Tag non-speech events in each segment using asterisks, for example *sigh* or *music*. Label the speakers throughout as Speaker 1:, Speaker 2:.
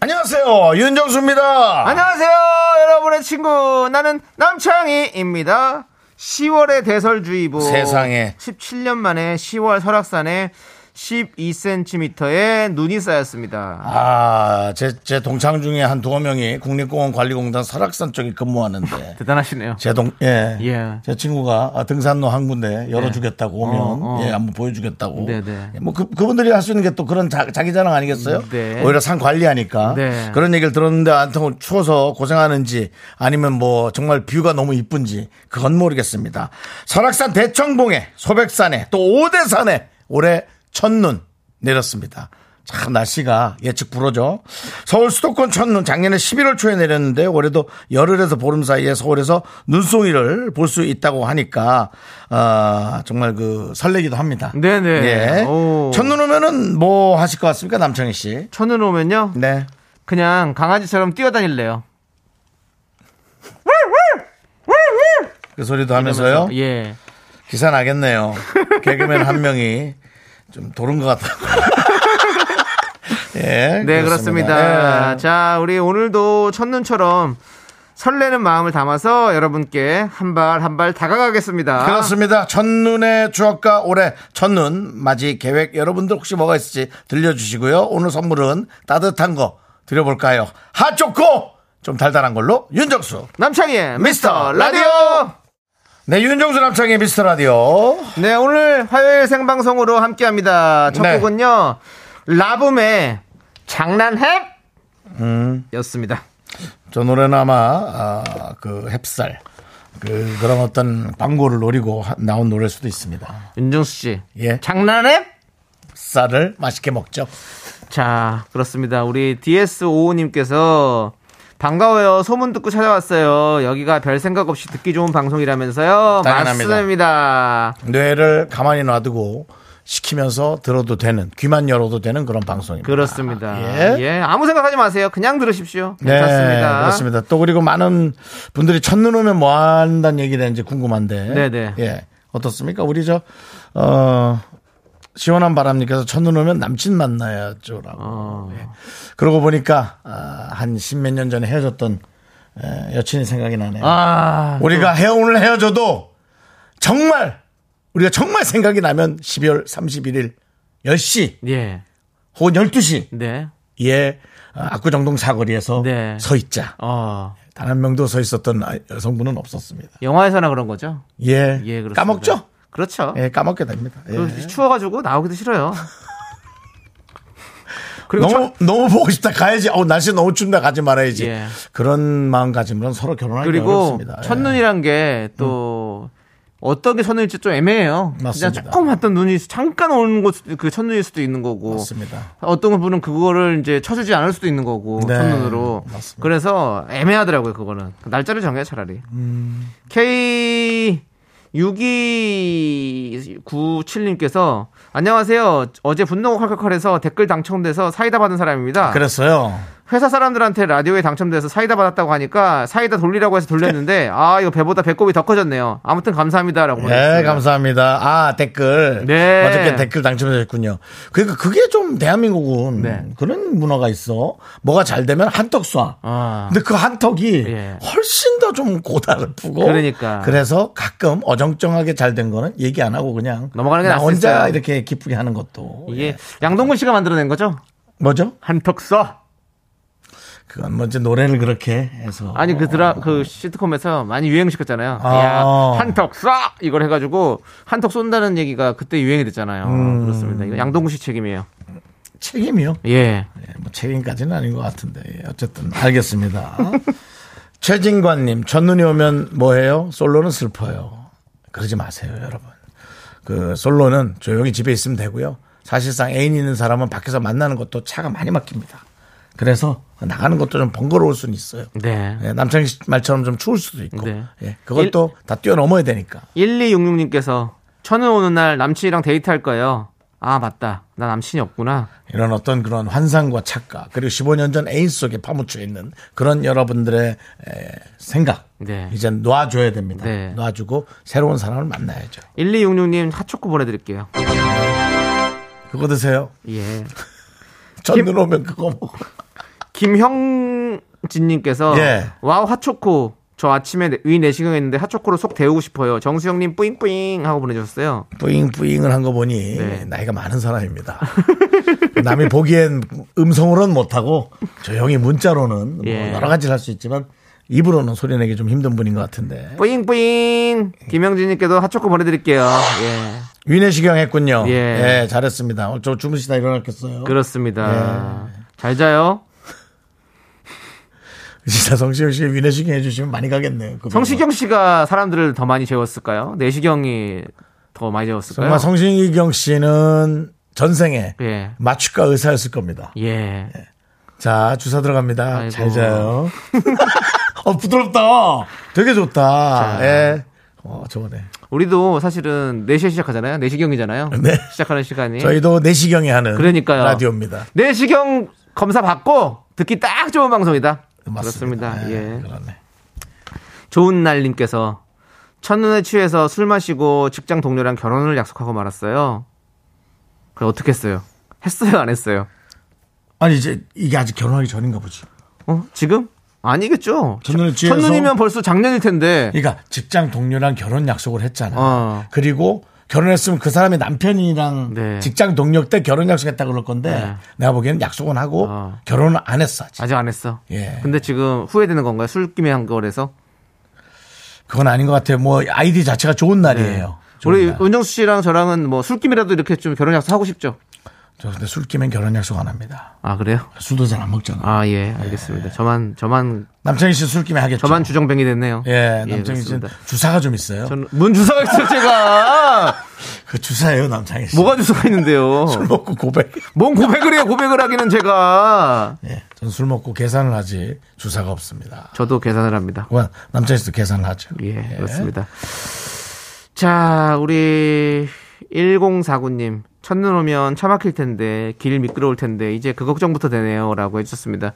Speaker 1: 안녕하세요 윤정수입니다
Speaker 2: 아. 안녕하세요, 여러분의 친구. 나는 남창희입니다. 10월의 대설주의보.
Speaker 1: 세상에.
Speaker 2: 17년 만에 10월 설악산에 12cm의 눈이 쌓였습니다.
Speaker 1: 아, 제, 제 동창 중에 한 두어 명이 국립공원관리공단 설악산 쪽에 근무하는데,
Speaker 2: 아, 대단하시네요.
Speaker 1: 제 동, 예.
Speaker 2: 예.
Speaker 1: 제 친구가 아, 등산로 한 군데 열어주겠다고 오면,
Speaker 2: 어, 어.
Speaker 1: 예, 한번 보여주겠다고.
Speaker 2: 네네.
Speaker 1: 예, 뭐 그, 그분들이 할 수 있는 게 또 그런 자, 기 자랑 아니겠어요?
Speaker 2: 네.
Speaker 1: 오히려 산 관리하니까.
Speaker 2: 네.
Speaker 1: 그런 얘기를 들었는데, 안통 추워서 고생하는지, 아니면 뭐 정말 뷰가 너무 이쁜지, 그건 모르겠습니다. 설악산 대청봉에, 소백산에, 또 오대산에 올해 첫눈 내렸습니다. 참 날씨가 예측 불허죠. 서울 수도권 첫눈 작년에 11월 초에 내렸는데 올해도 열흘에서 보름 사이에 서울에서 눈송이를 볼 수 있다고 하니까 아, 정말 그 설레기도 합니다.
Speaker 2: 네네.
Speaker 1: 예.
Speaker 2: 오.
Speaker 1: 첫눈 오면은 뭐 하실 것 같습니까, 남창희 씨?
Speaker 2: 천으로 오면요.
Speaker 1: 네.
Speaker 2: 그냥 강아지처럼 뛰어다닐래요.
Speaker 1: 그 소리도 하면서요.
Speaker 2: 예.
Speaker 1: 기사 나겠네요. 개그맨 한 명이 좀 도른 것 같다고. *laughs* 예.
Speaker 2: 네, 그렇습니다. 네.
Speaker 1: 예.
Speaker 2: 자, 우리 오늘도 첫눈처럼 설레는 마음을 담아서 여러분께 한 발 한 발 다가가겠습니다.
Speaker 1: 네. 그렇습니다. 첫눈의 추억과 올해 첫눈 맞이 계획 여러분들 혹시 뭐가 있을지 들려주시고요. 오늘 선물은 따뜻한 거 드려볼까요? 핫초코! 좀 달달한 걸로 윤정수.
Speaker 2: 남창희의
Speaker 1: 미스터
Speaker 2: 미스터
Speaker 1: 라디오.
Speaker 2: 라디오!
Speaker 1: 네, 윤정수 남창의 미스터 라디오.
Speaker 2: 네, 오늘 화요일 생방송으로 함께 합니다. 첫
Speaker 1: 네.
Speaker 2: 곡은요, 라붐의 장난해?
Speaker 1: 음.
Speaker 2: 였습니다.
Speaker 1: 저 노래는 아마, 아, 그 햅쌀. 그, 그런 어떤 광고를 노리고 하- 나온 노래일 수도 있습니다.
Speaker 2: 윤정수 씨.
Speaker 1: 예.
Speaker 2: 장난해?
Speaker 1: 쌀을 맛있게 먹죠.
Speaker 2: 자, 그렇습니다. 우리 DS55님께서 반가워요. 소문 듣고 찾아왔어요. 여기가 별 생각 없이 듣기 좋은 방송이라면서요.
Speaker 1: 당연합니다.
Speaker 2: 맞습니다.
Speaker 1: 뇌를 가만히 놔두고 시키면서 들어도 되는, 귀만 열어도 되는 그런 방송입니다. 예.
Speaker 2: 그렇습니다. 예. 아무 생각하지 마세요. 그냥 들으십시오.
Speaker 1: 네,
Speaker 2: 괜찮습니다.
Speaker 1: 그렇습니다. 또 그리고 많은 분들이 첫눈 오면 뭐 한다는 얘기를 이제 궁금한데.
Speaker 2: 네네.
Speaker 1: 예. 어떻습니까? 우리 저, 어, 시원한 바람님께서 첫눈 오면 남친 만나야죠라고.
Speaker 2: 어.
Speaker 1: 예. 그러고 보니까, 아, 한 십몇 년 전에 헤어졌던 예, 여친이 생각이 나네요.
Speaker 2: 아,
Speaker 1: 우리가 헤어, 오늘 헤어져도 정말, 우리가 정말 생각이 나면 12월 31일 10시
Speaker 2: 예.
Speaker 1: 혹은 12시
Speaker 2: 네.
Speaker 1: 예, 압구정동 사거리에서
Speaker 2: 네.
Speaker 1: 서 있자.
Speaker 2: 어.
Speaker 1: 단 한 명도 서 있었던 아- 여성분은 없었습니다.
Speaker 2: 영화에서나 그런 거죠?
Speaker 1: 예,
Speaker 2: 예, 그렇습니다.
Speaker 1: 까먹죠?
Speaker 2: 그렇죠.
Speaker 1: 예, 까먹게 됩니다. 예.
Speaker 2: 그리고 추워가지고 나오기도 싫어요. 그리고
Speaker 1: 너무 너무 보고 싶다 가야지. 어 날씨 너무 춥다 가지 말아야지.
Speaker 2: 예.
Speaker 1: 그런 마음가짐으로는 서로 결혼하기
Speaker 2: 그리고
Speaker 1: 어렵습니다. 예. 음.
Speaker 2: 첫눈이란 게 또 어떤 게 첫눈일지 좀 애매해요.
Speaker 1: 맞습니다.
Speaker 2: 그냥 조금 왔던 눈이 잠깐 오는 것그 첫눈일 수도 있는 거고.
Speaker 1: 맞습니다.
Speaker 2: 어떤 분은 그거를 이제 쳐주지 않을 수도 있는 거고
Speaker 1: 네,
Speaker 2: 첫눈으로
Speaker 1: 맞습니다.
Speaker 2: 그래서 애매하더라고요 그거는 날짜를 정해 차라리
Speaker 1: 음.
Speaker 2: K 6297님께서 안녕하세요 어제 분노 칼칼칼해서 댓글 당첨돼서 사이다 받은 사람입니다
Speaker 1: 그랬어요.
Speaker 2: 회사 사람들한테 라디오에 당첨돼서 사이다 받았다고 하니까 사이다 돌리라고 해서
Speaker 1: *laughs*
Speaker 2: 돌렸는데 아 이거 배보다 배꼽이 더 커졌네요 아무튼 감사합니다라고
Speaker 1: 네,
Speaker 2: 보내주셨습니다.
Speaker 1: 감사합니다. 아, 댓글.
Speaker 2: 네.
Speaker 1: 어저께 댓글 당첨되셨군요. 그러니까 그게 좀 대한민국은
Speaker 2: 네.
Speaker 1: 그런 문화가 있어. 뭐가 잘 되면 한턱 쏴.
Speaker 2: 아.
Speaker 1: 근데 그 한턱이
Speaker 2: 예.
Speaker 1: 훨씬 더 좀 고달프고.
Speaker 2: 그러니까.
Speaker 1: 그래서 가끔 어정쩡하게 잘 된 거는 얘기 안 하고 그냥
Speaker 2: 넘어가는 게
Speaker 1: 나
Speaker 2: 낫을
Speaker 1: 혼자
Speaker 2: 있어요.
Speaker 1: 이렇게 기쁘게 하는 것도.
Speaker 2: 이게
Speaker 1: 예.
Speaker 2: 양동근 씨가 만들어낸 거죠
Speaker 1: 뭐죠?
Speaker 2: 한턱 써
Speaker 1: 그건 먼저 노래를 그렇게 해서.
Speaker 2: 아니 그 드라 그 시트콤에서 많이 유행시켰잖아요.
Speaker 1: 아.
Speaker 2: 야 한턱 쏴 이걸 해가지고 한턱 쏜다는 얘기가 그때 유행이 됐잖아요.
Speaker 1: 음.
Speaker 2: 그렇습니다. 이거 양동근 씨 책임이에요.
Speaker 1: 책임이요.
Speaker 2: 예.
Speaker 1: 예, 뭐 책임까지는 아닌 것 같은데 예, 어쨌든 알겠습니다. *laughs* 최진관님 첫눈이 오면 뭐해요? 솔로는 슬퍼요. 그러지 마세요, 여러분. 그 솔로는 조용히 집에 있으면 되고요. 사실상 애인 있는 사람은 밖에서 만나는 것도 차가 많이 막힙니다. 그래서 나가는 것도 좀 번거로울 수는 있어요.
Speaker 2: 네.
Speaker 1: 예, 남창희 씨 말처럼 좀 추울 수도 있고.
Speaker 2: 네.
Speaker 1: 예, 그것도 다 뛰어넘어야 되니까.
Speaker 2: 1266님께서 천은 오는 날 남친이랑 데이트할 거예요. 아, 맞다. 나 남친이 없구나.
Speaker 1: 이런 어떤 그런 환상과 착각 그리고 15년 전 애인 속에 파묻혀 있는 그런 여러분들의 에, 생각
Speaker 2: 네.
Speaker 1: 이제 놔줘야 됩니다.
Speaker 2: 네.
Speaker 1: 놔주고 새로운 사람을 만나야죠.
Speaker 2: 1266님 핫초코 보내드릴게요.
Speaker 1: 그거 드세요.
Speaker 2: 예.
Speaker 1: 첫눈 오면 그거 뭐 먹어.
Speaker 2: 김형진님께서
Speaker 1: 예.
Speaker 2: 와우 핫초코 저 아침에 내- 위 내시경 했는데 핫초코로 속 데우고 싶어요. 정수영님 뿌잉뿌잉 하고 보내주셨어요.
Speaker 1: 뿌잉뿌잉을 한 거 보니
Speaker 2: 네.
Speaker 1: 나이가 많은 사람입니다. *laughs* 남이 보기엔 음성으로는 못하고 조용히 문자로는 뭐
Speaker 2: 예.
Speaker 1: 여러 가지를 할 수 있지만 입으로는 소리내기 좀 힘든 분인 것 같은데.
Speaker 2: 뿌잉뿌잉 김형진님께도 핫초코 보내드릴게요. 예
Speaker 1: 위내시경 했군요.
Speaker 2: 예.
Speaker 1: 예, 잘했습니다. 오늘 저 주무시다 일어났겠어요. 네.
Speaker 2: 그렇습니다. 잘 자요.
Speaker 1: 진짜 그 성시경 씨 위내시경 해주시면 많이 가겠네요. 그거.
Speaker 2: 성시경 씨가 사람들을 더 많이 재웠을까요? 내시경이 더 많이 재웠을까요?
Speaker 1: 정말 성시경 씨는 전생에
Speaker 2: 예.
Speaker 1: 마취과 의사였을 겁니다.
Speaker 2: 예.
Speaker 1: 자 주사 들어갑니다.
Speaker 2: 아이고.
Speaker 1: 잘
Speaker 2: *laughs*
Speaker 1: 자요. 어 부드럽다. 되게 좋다.
Speaker 2: 자.
Speaker 1: 예. 어 좋네.
Speaker 2: 우리도 사실은 4시에 시작하잖아요. 내시경이잖아요.
Speaker 1: *laughs* 네.
Speaker 2: 시작하는 시간이.
Speaker 1: 저희도 내시경이 하는
Speaker 2: 예. 그러니까요.
Speaker 1: 라디오입니다.
Speaker 2: 내시경 검사 받고 듣기 딱 좋은 방송이다.
Speaker 1: 맞습니다.
Speaker 2: 그렇습니다. 예.
Speaker 1: 그러네.
Speaker 2: 좋은 날님께서 첫눈에 취해서 술 마시고 직장 동료랑 결혼을 약속하고 말았어요. 그래 어떻게 했어요? 했어요 안 했어요?
Speaker 1: 아니 이제 이게 아직 결혼하기 전인가 보지.
Speaker 2: 어 지금 아니겠죠?
Speaker 1: 첫눈에 취해서-
Speaker 2: 첫눈이면 벌써 작년일 텐데.
Speaker 1: 그러니까 직장 동료랑 결혼 약속을 했잖아.
Speaker 2: 어.
Speaker 1: 그리고 결혼했으면 그 사람의 남편이랑
Speaker 2: 네.
Speaker 1: 직장 동료 때 결혼 약속했다 그럴 건데
Speaker 2: 네.
Speaker 1: 내가 보기에는 약속은 하고
Speaker 2: 어.
Speaker 1: 결혼은 안 했어. 아직.
Speaker 2: 아직 안 했어.
Speaker 1: 예.
Speaker 2: 근데 지금 후회되는 건가요? 술김에 한 거라서.
Speaker 1: 그건 아닌 것 같아요. 뭐 아이디 자체가 좋은 날이에요. 네. 좋은
Speaker 2: 네. 우리 그
Speaker 1: 날.
Speaker 2: 은정수 씨랑 저랑은 뭐 술김이라도 이렇게 좀 결혼 약속 하고 싶죠.
Speaker 1: 저 근데 술 끼면 결혼 약속 안 합니다.
Speaker 2: 아 그래요?
Speaker 1: 술도 잘 안 먹잖아.
Speaker 2: 아 예 알겠습니다. 저만 저만
Speaker 1: 남창희 씨 술 끼면 하겠죠.
Speaker 2: 저만 주정뱅이 됐네요.
Speaker 1: 예, 남창희 씨는
Speaker 2: 그렇습니다.
Speaker 1: 주사가 좀 있어요.
Speaker 2: 저는 문 주사가 있어 제가
Speaker 1: 그 주사예요, 남창희 씨.
Speaker 2: 뭐가 주사가 있는데요?
Speaker 1: 술 먹고 고백.
Speaker 2: 뭔 고백을 해요? 고백을 하기는 제가
Speaker 1: 예, 전 술 먹고 계산을 하지 주사가 없습니다.
Speaker 2: 저도 계산을 합니다.
Speaker 1: 그건 남창희 씨도 계산을 하죠.
Speaker 2: 예, 그렇습니다. 자, 우리 1049님. 첫눈 오면 차 막힐 텐데, 길 미끄러울 텐데, 이제 그 걱정부터 되네요. 라고 해주셨습니다.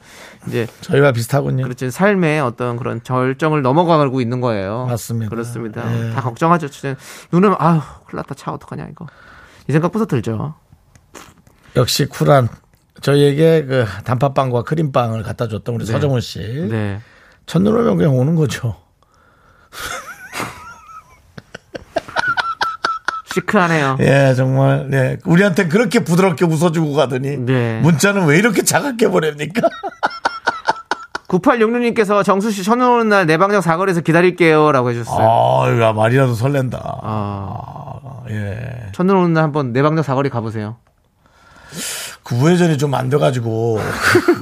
Speaker 2: 이제,
Speaker 1: 저희와 비슷하군요.
Speaker 2: 그렇죠. 삶의 어떤 그런 절정을 넘어가고 있는 거예요.
Speaker 1: 맞습니다.
Speaker 2: 그렇습니다.
Speaker 1: 예.
Speaker 2: 다 걱정하죠. 진짜 눈 오면, 아휴, 큰일 났다. 차 어떡하냐, 이거. 이 생각부터 들죠.
Speaker 1: 역시 쿨한 저희에게 그 단팥빵과 크림빵을 갖다 줬던 우리 서정훈 씨.
Speaker 2: 네.
Speaker 1: 첫눈 오면 그냥 오는 거죠.
Speaker 2: 시크하네요.
Speaker 1: 예, 정말. 예. 우리한테 그렇게 부드럽게 웃어주고 가더니
Speaker 2: 네.
Speaker 1: 문자는 왜 이렇게 작게 *laughs* 보냅니까?
Speaker 2: 9866님께서 정수 씨 첫눈 오는 날 내 방정 사거리에서 기다릴게요. 라고 해주셨어요.
Speaker 1: 아, 야, 말이라도 설렌다.
Speaker 2: 아,
Speaker 1: 아,
Speaker 2: 네.
Speaker 1: 예.
Speaker 2: 첫눈 오는 날 한번 내 방정 사거리 가보세요.
Speaker 1: 그 우회전이 좀 안 *laughs* 돼가지고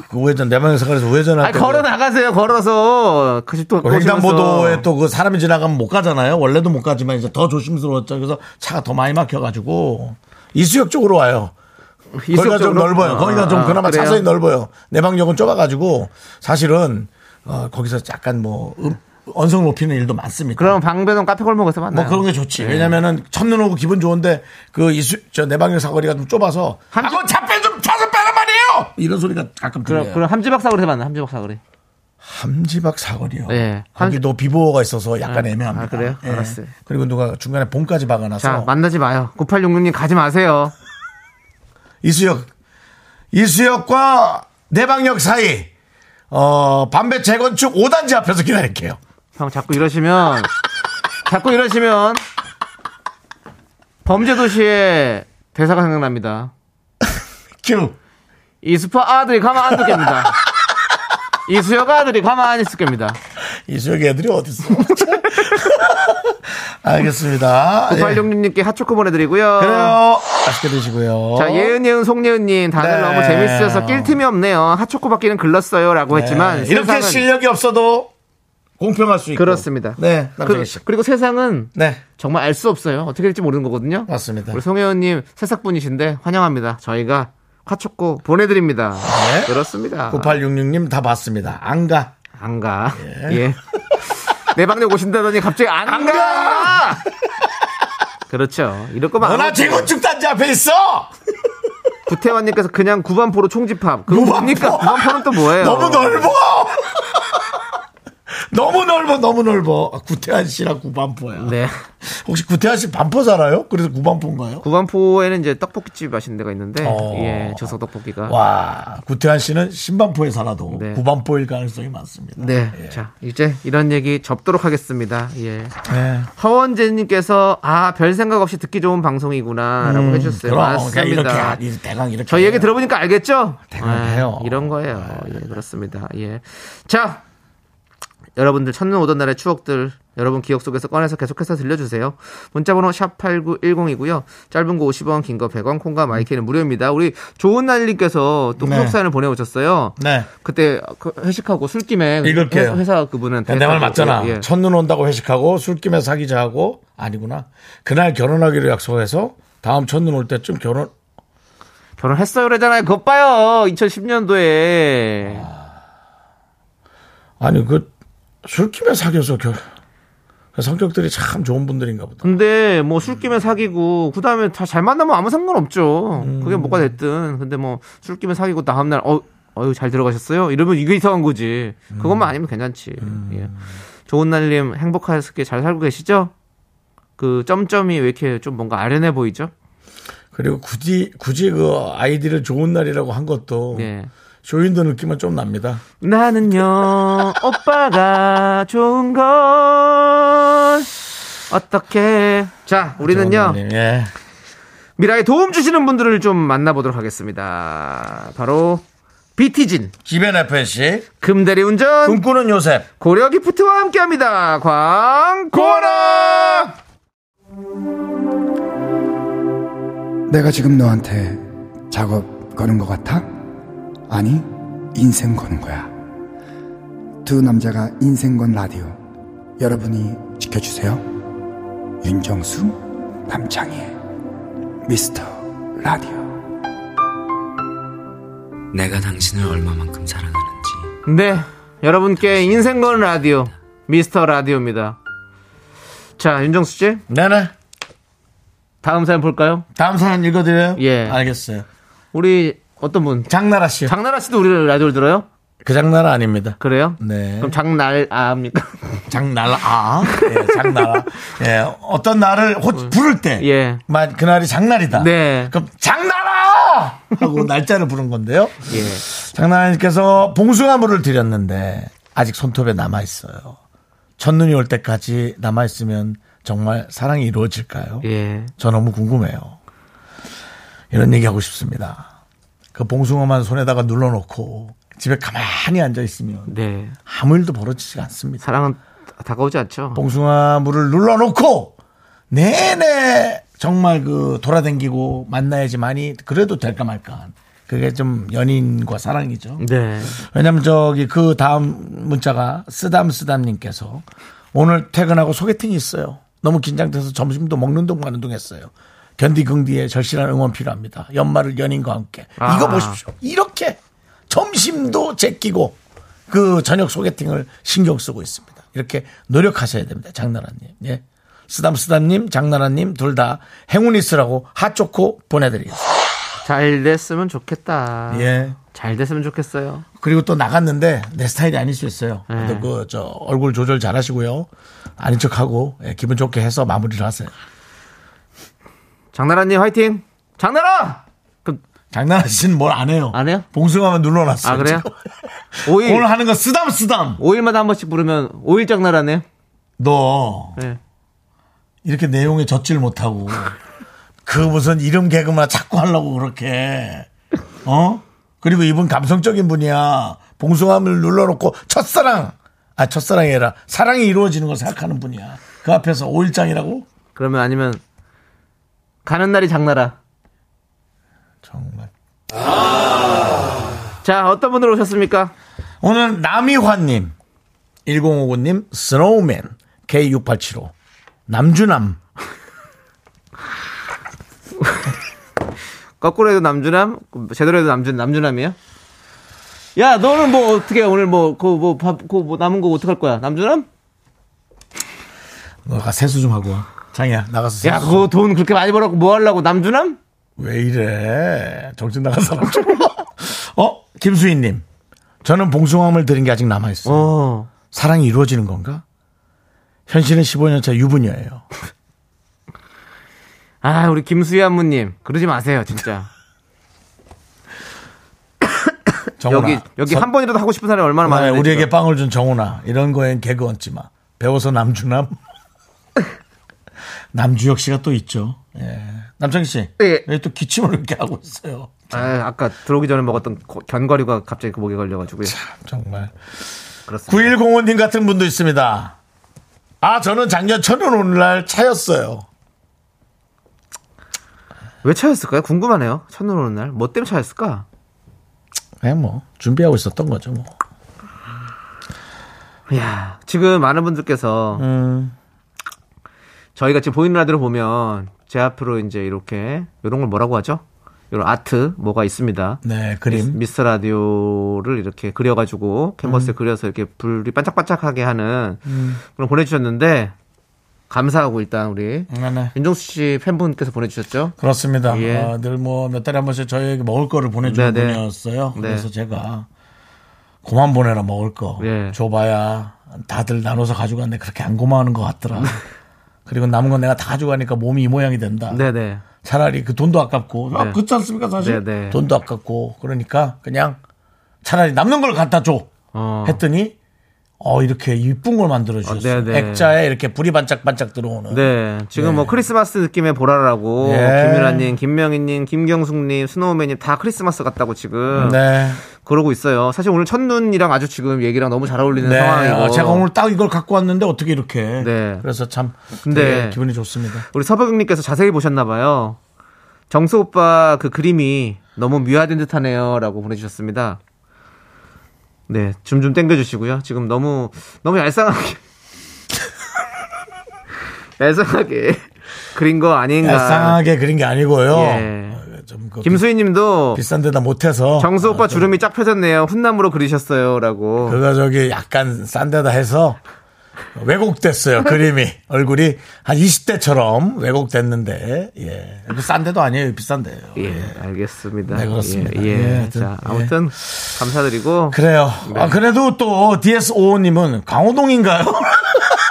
Speaker 1: 그 우회전 내방에서 가서 우회전을
Speaker 2: 아
Speaker 1: 할 때.
Speaker 2: 걸어 나가세요. 걸어서 그 집도
Speaker 1: 그
Speaker 2: 가까우시면서.
Speaker 1: 횡단보도에 또 그 사람이 지나가면 못 가잖아요. 원래도 못 가지만 이제 더 조심스러웠죠. 그래서 차가 더 많이 막혀가지고 이수역 쪽으로 와요. 거기가 좀
Speaker 2: 이쪽으로?
Speaker 1: 넓어요. 거기가 좀
Speaker 2: 아,
Speaker 1: 그나마
Speaker 2: 그래요?
Speaker 1: 자세히 넓어요. 내방역은 좁아가지고 사실은 어, 거기서 약간 뭐 음, 언성 높이는 일도 많습니다.
Speaker 2: 그럼 네. 방배동 카페 골목에서 만나요.
Speaker 1: 뭐 그런 게 좋지. 왜냐면은 첫눈 오고 기분 좋은데 그 이수 저 내방역 사거리가 좀 좁아서
Speaker 2: 한
Speaker 1: 한번 잡배 좀 차서 빼란 말이에요. 이런 소리가 가끔
Speaker 2: 그럼,
Speaker 1: 들려요.
Speaker 2: 그럼 함지박 사거리에서 만나. 함지박 사거리.
Speaker 1: 함지박 사거리요.
Speaker 2: 예.
Speaker 1: 거기도 비보호가 있어서 약간 애매합니다.
Speaker 2: 아, 그래요?
Speaker 1: 예.
Speaker 2: 알았어요.
Speaker 1: 그리고 누가 중간에 봉까지 박아놔서
Speaker 2: 자 만나지 마요. 9866님 가지 마세요.
Speaker 1: 이수역 이수역과 내방역 사이 어 반배 재건축 5단지 앞에서 기다릴게요.
Speaker 2: 형 자꾸 이러시면 자꾸 이러시면 범죄도시의 대사가 생각납니다.
Speaker 1: 큐.
Speaker 2: 이수파 아들이 가만 안 두겠습니다.
Speaker 1: *laughs*
Speaker 2: 이수혁 아들이 가만 안 있을 겁니다.
Speaker 1: 이수역 애들이 어딨어?
Speaker 2: *laughs*
Speaker 1: 알겠습니다. 예.
Speaker 2: 9866님께 핫초코 보내드리고요.
Speaker 1: 그래요. 맛있게 드시고요.
Speaker 2: 자, 예은, 예은, 송예은님, 다들
Speaker 1: 어? 네.
Speaker 2: 너무 재밌으셔서 낄 틈이 없네요. 핫초코 받기는 글렀어요. 라고 했지만.
Speaker 1: 네. 이렇게
Speaker 2: 세상은
Speaker 1: 실력이 없어도 공평할 수 있고.
Speaker 2: 그렇습니다.
Speaker 1: 네.
Speaker 2: 그,
Speaker 1: 남정희 씨.
Speaker 2: 리고 세상은
Speaker 1: 네.
Speaker 2: 정말 알 수 없어요. 어떻게 될지 모르는 거거든요.
Speaker 1: 맞습니다.
Speaker 2: 우리 송혜원님 새싹분이신데 환영합니다. 저희가 카초코 보내드립니다.
Speaker 1: 네.
Speaker 2: 그렇습니다.
Speaker 1: 9866님 다 봤습니다. 안 가.
Speaker 2: 안 가. 예. 내 방에 오신다더니 갑자기 안,
Speaker 1: 안
Speaker 2: 가.
Speaker 1: 가!
Speaker 2: 그렇죠. 이럴 거면 안
Speaker 1: 너나
Speaker 2: 오죠.
Speaker 1: 재건축 단지 앞에 있어!
Speaker 2: 구태환님께서 그냥 구반포로 총집합. 그거
Speaker 1: 구반포!
Speaker 2: 뭡니까? 구반포는 또 뭐예요?
Speaker 1: 너무 넓어! *laughs* 너무 넓어, 너무 넓어. 아, 구태환 씨랑 구반포야.
Speaker 2: 네.
Speaker 1: 혹시 구태환 씨 반포 살아요? 그래서 구반포인가요?
Speaker 2: 구반포에는 이제 떡볶이집 맛있는 데가 있는데,
Speaker 1: 어.
Speaker 2: 예, 저서 떡볶이가.
Speaker 1: 와, 구태환 씨는 신반포에 살아도
Speaker 2: 네.
Speaker 1: 구반포일 가능성이 많습니다.
Speaker 2: 네. 자, 이제 이런 얘기 접도록 하겠습니다. 예.
Speaker 1: 네.
Speaker 2: 허원재님께서, 아, 별 생각 없이 듣기 좋은 방송이구나, 라고 해주셨어요.
Speaker 1: 음, 그럼
Speaker 2: 맞습니다.
Speaker 1: 그냥 이렇게 하- 이 대강 이렇게
Speaker 2: 저희 얘기
Speaker 1: 해요.
Speaker 2: 들어보니까 알겠죠?
Speaker 1: 대단해요.
Speaker 2: 아, 이런 거예요. 예, 그렇습니다. 예. 자, 여러분들 첫눈 오던 날의 추억들 여러분 기억 속에서 꺼내서 계속해서 들려주세요. 문자번호 샵 8910이고요. 짧은 거 50원, 긴 거 100원, 콩과 마이크는 무료입니다. 우리 좋은 날님께서 또
Speaker 1: 네.
Speaker 2: 후속 사연을 보내오셨어요.
Speaker 1: 네.
Speaker 2: 그때 그 회식하고 술김에
Speaker 1: 읽을게요.
Speaker 2: 회- 회사 그분은
Speaker 1: 내 말 맞잖아.
Speaker 2: 예, 예.
Speaker 1: 첫눈 온다고 회식하고 술김에 사귀자 하고 아니구나. 그날 결혼하기로 약속해서 다음 첫눈 올 때쯤 결혼
Speaker 2: 결혼했어요 그러잖아요. 그것 봐요.
Speaker 1: 아.
Speaker 2: 2010년도에
Speaker 1: 아니 그 술김에 사귀어서 결 성격들이 참 좋은 분들인가 보다.
Speaker 2: 근데
Speaker 1: 음.
Speaker 2: 뭐 술김에 사귀고 그다음에 다 잘 만나면 아무 상관없죠.
Speaker 1: 음.
Speaker 2: 그게 뭐가 됐든. 근데 뭐 술김에 사귀고 다음 날 어, 어유 잘 들어가셨어요? 이러면 이게 이상한 거지.
Speaker 1: 음.
Speaker 2: 그것만 아니면 괜찮지. 예. 좋은 날님 행복하게 잘 살고 계시죠? 그 점점이 왜 이렇게 좀 뭔가 아련해 보이죠?
Speaker 1: 그리고 굳이 굳이 그 아이디를 좋은 날이라고 한 것도
Speaker 2: 예.
Speaker 1: 조인도 느낌은 좀 납니다.
Speaker 2: 나는요 *laughs* 오빠가 좋은 걸 어떻게 자 우리는요
Speaker 1: 좋은 날이에요. 예.
Speaker 2: 미라에 도움 주시는 분들을 좀 만나보도록 하겠습니다. 바로 비티진,
Speaker 1: 지벤 FNC
Speaker 2: 금대리운전,
Speaker 1: 꿈꾸는 요셉
Speaker 2: 고려기프트와 함께합니다. 광고라.
Speaker 3: 내가 지금 너한테 작업 거는 것 같아? 아니, 인생 거는 거야. 두 남자가 인생 건 라디오. 여러분이 지켜주세요. 윤정수, 남창희의 미스터 라디오.
Speaker 4: 내가 당신을 얼마만큼 사랑하는지
Speaker 2: 네, 여러분께 인생 건 라디오 미스터 라디오입니다. 자, 윤정수 씨,
Speaker 1: 네네
Speaker 2: 다음 사연 볼까요?
Speaker 1: 다음 사연 읽어드려요.
Speaker 2: 예.
Speaker 1: 알겠어요.
Speaker 2: 우리 어떤 분?
Speaker 1: 장나라 씨요.
Speaker 2: 장나라 씨도 우리 라디오를 들어요?
Speaker 1: 그 장나라 아닙니다.
Speaker 2: 그래요?
Speaker 1: 네.
Speaker 2: 그럼 장날 아입니까? *laughs*
Speaker 1: 장나라 아 예, 장나라 예 어떤 날을 호- 부를
Speaker 2: 예.
Speaker 1: 때만 그날이 장날이다
Speaker 2: 네.
Speaker 1: 그럼 장나라 하고 날짜를 부른 건데요
Speaker 2: 예.
Speaker 1: 장나라님께서 봉숭아물을 드렸는데 아직 손톱에 남아 있어요 첫눈이 올 때까지 남아 있으면 정말 사랑이 이루어질까요?
Speaker 2: 예.
Speaker 1: 저 너무 궁금해요 이런 얘기 하고 싶습니다 그 봉숭아만 손에다가 눌러놓고 집에 가만히 앉아 있으면
Speaker 2: 네.
Speaker 1: 아무 일도 벌어지지 않습니다.
Speaker 2: 사랑은 다가오지 않죠.
Speaker 1: 봉숭아 물을 눌러놓고 내내 정말 그 돌아댕기고 만나야지 많이 그래도 될까 말까 그게 좀 연인과 사랑이죠.
Speaker 2: 네.
Speaker 1: 왜냐면 저기 그 다음 문자가 쓰담 쓰담님께서 오늘 퇴근하고 소개팅이 있어요. 너무 긴장돼서 점심도 먹는 동 마는 동 했어요. 견디 긍디의 절실한 응원 필요합니다. 연말을 연인과 함께
Speaker 2: 아.
Speaker 1: 이거 보십시오. 이렇게 점심도 제끼고 그 저녁 소개팅을 신경 쓰고 있습니다. 이렇게 노력하셔야 됩니다. 장나라님. 예. 쓰담 쓰담님, 장나라님 둘 다 행운이 있으라고 핫초코 보내드리겠습니다.
Speaker 2: 잘 됐으면 좋겠다.
Speaker 1: 예.
Speaker 2: 잘 됐으면 좋겠어요.
Speaker 1: 그리고 또 나갔는데 내 스타일이 아닐 수 있어요.
Speaker 2: 네.
Speaker 1: 근데 그 저 얼굴 조절 잘 하시고요. 아닌 척하고 예, 기분 좋게 해서 마무리를 하세요.
Speaker 2: 장나라님 화이팅! 장나라! 그
Speaker 1: 장난하시는 뭘 안 해요.
Speaker 2: 안 해요?
Speaker 1: 봉숭아만 눌러놨어요.
Speaker 2: 아, 그래요?
Speaker 1: 지금.
Speaker 2: 오일
Speaker 1: 오늘 하는 거 쓰담 쓰담.
Speaker 2: 오일마다한 번씩 부르면 오일 장나라네.
Speaker 1: 너
Speaker 2: 네.
Speaker 1: 이렇게 내용에 젖질
Speaker 2: *laughs*
Speaker 1: 못하고 그 무슨 이름 개그만 자꾸 하려고 그렇게 어? 그리고 이분 감성적인 분이야. 봉숭아를 눌러놓고 첫사랑 아 첫사랑이 아니라 사랑이 이루어지는 걸 생각하는 분이야. 그 앞에서 오일장이라고
Speaker 2: 그러면 아니면 가는 날이 장나라.
Speaker 1: 정말.
Speaker 2: 자, 어떤 분으로 오셨습니까?
Speaker 1: 오늘 남이환님, 1059님, 스노우맨, K6875, 남주남.
Speaker 2: 거꾸로 해도 남주남, 제대로 해도 남주 남주남이야? 야, 너는 뭐 어떻게 오늘 뭐그뭐밥그뭐 남은 거 어떡할 거야? 남주남?
Speaker 1: 너가 세수 좀 하고 와. 장이야 나가서 세수
Speaker 2: 야,
Speaker 1: 좀.
Speaker 2: 그거 돈 그렇게 많이 벌었고 뭐 하려고 남주남?
Speaker 1: 왜 이래? 정신 나간 사람 좀. *laughs* 어, 김수희님. 저는 봉숭아음을 들은 게 아직 남아있어. 요
Speaker 2: 어.
Speaker 1: 사랑이 이루어지는 건가? 현실은 15년차 유부녀예요.
Speaker 2: 아, 우리 김수희 한무님 그러지 마세요, 진짜.
Speaker 1: 정훈아.
Speaker 2: 여기 여기 한 번이라도 하고 싶은 사람이 얼마나 많아요.
Speaker 1: 네, 우리에게 빵을 준 정훈아. 이런 거엔 개그 얹지 마. 배워서 남주남. *laughs* 남주혁 씨가 또 있죠. 예. 남창희 씨.
Speaker 2: 예.
Speaker 1: 왜 또 기침을 이렇게 하고 있어요?
Speaker 2: 아, 아까 들어오기 전에 먹었던 거- 견과류가 갑자기 그 목에 걸려가지고요.
Speaker 1: 정말.
Speaker 2: 그렇습니다.
Speaker 1: 9105님 같은 분도 있습니다. 아, 저는 작년 천연 오늘날 차였어요.
Speaker 2: 왜 차였을까요? 궁금하네요. 첫눈 오는 날. 뭐 때문에 차였을까?
Speaker 1: 그냥 뭐 준비하고 있었던 거죠 뭐.
Speaker 2: 이야, 지금 많은 분들께서
Speaker 1: 음.
Speaker 2: 저희가 지금 보이는 라디오를 보면 제 앞으로 이제 이렇게 이런 걸 뭐라고 하죠? 이런 아트 뭐가 있습니다.
Speaker 1: 네 그림.
Speaker 2: 미스 라디오를 이렇게 그려가지고 캔버스에 그려서 이렇게 불이 반짝반짝하게 하는 그런 보내주셨는데 감사하고 일단 우리
Speaker 1: 네, 네.
Speaker 2: 윤종수 씨 팬분께서 보내주셨죠?
Speaker 1: 그렇습니다.
Speaker 2: 예.
Speaker 1: 아, 늘뭐 몇 달에 한 번씩 저희에게 먹을 거를 보내주는
Speaker 2: 네, 네.
Speaker 1: 분이었어요.
Speaker 2: 네.
Speaker 1: 그래서 제가 고만 보내라 먹을 거
Speaker 2: 예.
Speaker 1: 줘봐야 다들 나눠서 가져갔는데 그렇게 안 고마워하는 것 같더라.
Speaker 2: 네.
Speaker 1: 그리고 남은 건 내가 다 가져가니까 몸이 이 모양이 된다.
Speaker 2: 네네.
Speaker 1: 차라리 그 돈도 아깝고 아,
Speaker 2: 네.
Speaker 1: 그렇지 않습니까 사실
Speaker 2: 네, 네.
Speaker 1: 돈도 아깝고 그러니까 그냥 차라리 남는 걸 갖다 줘
Speaker 2: 어.
Speaker 1: 했더니 어 이렇게 이쁜 걸 만들어 주셨어요
Speaker 2: 어, 네, 네.
Speaker 1: 액자에 이렇게 불이 반짝반짝 들어오는
Speaker 2: 네, 지금 뭐 크리스마스 느낌의 보라라고
Speaker 1: 예.
Speaker 2: 김유라님, 김명희님, 김경숙님, 스노우맨님 다 크리스마스 같다고 지금
Speaker 1: 네.
Speaker 2: 그러고 있어요. 사실 오늘 첫눈이랑 아주 지금 얘기랑 너무 잘 어울리는
Speaker 1: 네.
Speaker 2: 상황이고
Speaker 1: 어, 제가 오늘 딱 이걸 갖고 왔는데 어떻게 이렇게
Speaker 2: 네.
Speaker 1: 그래서 참
Speaker 2: 근데
Speaker 1: 되게 기분이 좋습니다
Speaker 2: 우리 서백님께서 자세히 보셨나봐요. 정수 오빠 그 그림이 너무 미화된 듯하네요라고 보내주셨습니다. 네, 좀 좀 땡겨주시고요. 지금 너무 너무 얄쌍하게 *laughs* 얄쌍하게 그린 거 아닌가.
Speaker 1: 야상하게 그린 게 아니고요
Speaker 2: 그러니까 예.
Speaker 1: 어, 좀그
Speaker 2: 김수희님도
Speaker 1: 비싼 데다 못해서
Speaker 2: 정수 오빠
Speaker 1: 어, 좀
Speaker 2: 주름이 쫙 펴졌네요. 훈남으로 그리셨어요라고.
Speaker 1: 그거 저기 약간 싼 데다 해서
Speaker 2: *laughs*
Speaker 1: 왜곡됐어요 그림이 얼굴이 한 20대처럼 왜곡됐는데 예싼 데도 아니에요 비싼 데예요
Speaker 2: 예, 알겠습니다.
Speaker 1: 네, 그렇습니다.
Speaker 2: 예, 예.
Speaker 1: 예, 하여튼,
Speaker 2: 자,
Speaker 1: 예.
Speaker 2: 아무튼 감사드리고
Speaker 1: 그래요
Speaker 2: 네.
Speaker 1: 아 그래도 또 DS55님은 강호동인가요? *laughs*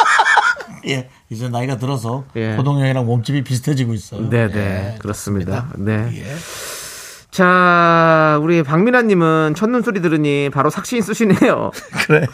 Speaker 1: 예 이제 나이가 들어서
Speaker 2: 예.
Speaker 1: 호동형이랑 몸집이 비슷해지고 있어요
Speaker 2: 네,
Speaker 1: 예,
Speaker 2: 네. 그렇습니다. 네. 자, 우리 박미라 님은 첫눈 소리 들으니 바로 삭신 쑤시네요. *laughs*
Speaker 1: 그래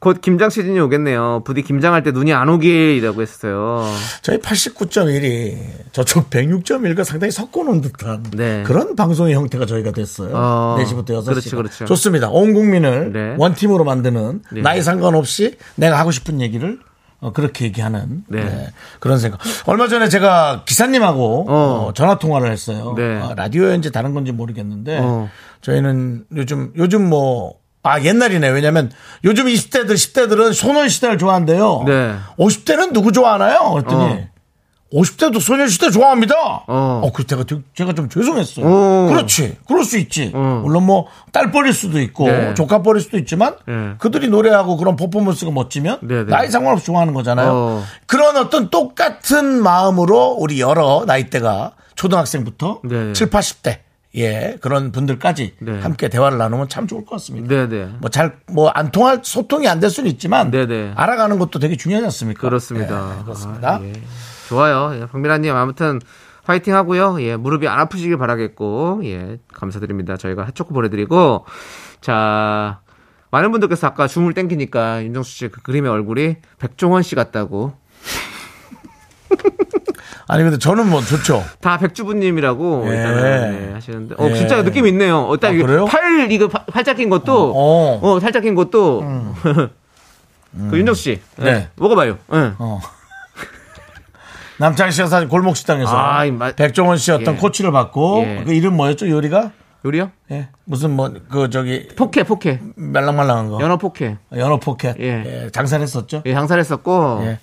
Speaker 2: 곧 김장 시즌이 오겠네요. 부디 김장할 때 눈이 안 오길이라고 했어요.
Speaker 1: 저희 89.1이 저쪽 106.1과 상당히 섞어놓은 듯한
Speaker 2: 네.
Speaker 1: 그런 방송의 형태가 저희가 됐어요.
Speaker 2: 어,
Speaker 1: 4시부터 6시.
Speaker 2: 그렇지, 그렇죠.
Speaker 1: 좋습니다. 온 국민을
Speaker 2: 네.
Speaker 1: 원팀으로 만드는
Speaker 2: 네.
Speaker 1: 나이 상관없이 내가 하고 싶은 얘기를 어, 그렇게 얘기하는
Speaker 2: 네.
Speaker 1: 네, 그런 생각. 얼마 전에 제가 기사님하고
Speaker 2: 어.
Speaker 1: 전화 통화를 했어요.
Speaker 2: 네.
Speaker 1: 아, 라디오인지 다른 건지 모르겠는데
Speaker 2: 어.
Speaker 1: 저희는 요즘 요즘 뭐 아, 옛날이네. 왜냐면 요즘 20대들, 10대들은 소년시대를 좋아한대요.
Speaker 2: 네.
Speaker 1: 50대는 누구 좋아하나요? 그랬더니
Speaker 2: 어.
Speaker 1: 50대도 소녀시대 좋아합니다. 어,
Speaker 2: 어.
Speaker 1: 그 제가 되게- 제가 좀 죄송했어요.
Speaker 2: 어.
Speaker 1: 그렇지, 그럴 수 있지.
Speaker 2: 어.
Speaker 1: 물론 뭐 딸 버릴 수도 있고
Speaker 2: 네.
Speaker 1: 조카 버릴 수도 있지만
Speaker 2: 네.
Speaker 1: 그들이 노래하고 그런 퍼포먼스가 멋지면
Speaker 2: 네, 네.
Speaker 1: 나이 상관없이 좋아하는 거잖아요.
Speaker 2: 어.
Speaker 1: 그런 어떤 똑같은 마음으로 우리 여러 나이대가 초등학생부터
Speaker 2: 네.
Speaker 1: 7, 80대 예 그런 분들까지
Speaker 2: 네.
Speaker 1: 함께 대화를 나누면 참 좋을 것 같습니다.
Speaker 2: 네, 네.
Speaker 1: 뭐 잘 뭐 안 통할 소통이 안 될 수는 있지만
Speaker 2: 네네.
Speaker 1: 알아가는 것도 되게 중요하지 않습니까?
Speaker 2: 그렇습니다.
Speaker 1: 예, 그렇습니다.
Speaker 2: 아, 예. 좋아요. 예, 박미라 님 아무튼 화이팅 하고요. 예, 무릎이 안 아프시길 바라겠고. 예, 감사드립니다. 저희가 핫초코 보내 드리고 자, 많은 분들께서 아까 줌을 땡기니까 윤정수 씨 그 그림의 얼굴이 백종원 씨 같다고
Speaker 1: 아니 근데 저는 뭐 좋죠.
Speaker 2: 다 백주부님이라고
Speaker 1: 예.
Speaker 2: 일단은, 네, 하시는데 어
Speaker 1: 예.
Speaker 2: 진짜 느낌 있네요. 어, 딱
Speaker 1: 아,
Speaker 2: 이거
Speaker 1: 그래요?
Speaker 2: 팔 이거 파- 팔짝 낀 것도
Speaker 1: 어,
Speaker 2: 어,
Speaker 1: 어. 음.
Speaker 2: 살짝 낀 것도 *laughs* 그 윤정 씨
Speaker 1: 네.
Speaker 2: 예, 먹어봐요. 예.
Speaker 1: 남창희 씨가 사실 골목 식당에서
Speaker 2: 아, 이 마-
Speaker 1: 백종원 씨 어떤
Speaker 2: 예.
Speaker 1: 코치를 받고
Speaker 2: 예.
Speaker 1: 그 이름 뭐였죠 요리가?
Speaker 2: 요리요?
Speaker 1: 예. 무슨 뭐 그 저기
Speaker 2: 포케 포케
Speaker 1: 말랑말랑한 거
Speaker 2: 연어 포케
Speaker 1: 연어 포켓
Speaker 2: 예.
Speaker 1: 예, 장사를 했었죠.
Speaker 2: 예, 장사를 했었고
Speaker 1: 예.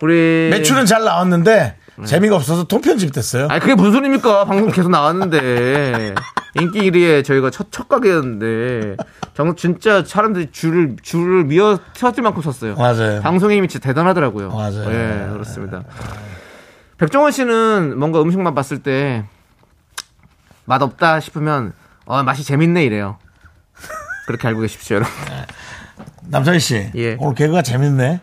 Speaker 2: 우리
Speaker 1: 매출은 잘 나왔는데 재미가 없어서 통 편집 됐어요.
Speaker 2: 아니 그게 무슨 소리입니까? 방송 계속 나왔는데 인기 1위에 저희가 첫, 첫 가게였는데 정 진짜 사람들이 줄을 줄을 미어 터질 만큼 섰어요.
Speaker 1: 맞아요.
Speaker 2: 방송의 힘이 진짜 대단하더라고요.
Speaker 1: 맞아요.
Speaker 2: 예, 그렇습니다. 백종원 씨는 뭔가 음식만 봤을 때 맛없다 싶으면 어, 맛이 재밌네 이래요. 그렇게 알고 계십시오, 여러분.
Speaker 1: 남창희 씨,
Speaker 2: 예.
Speaker 1: 오늘 개그가
Speaker 2: *laughs*
Speaker 1: 재밌네.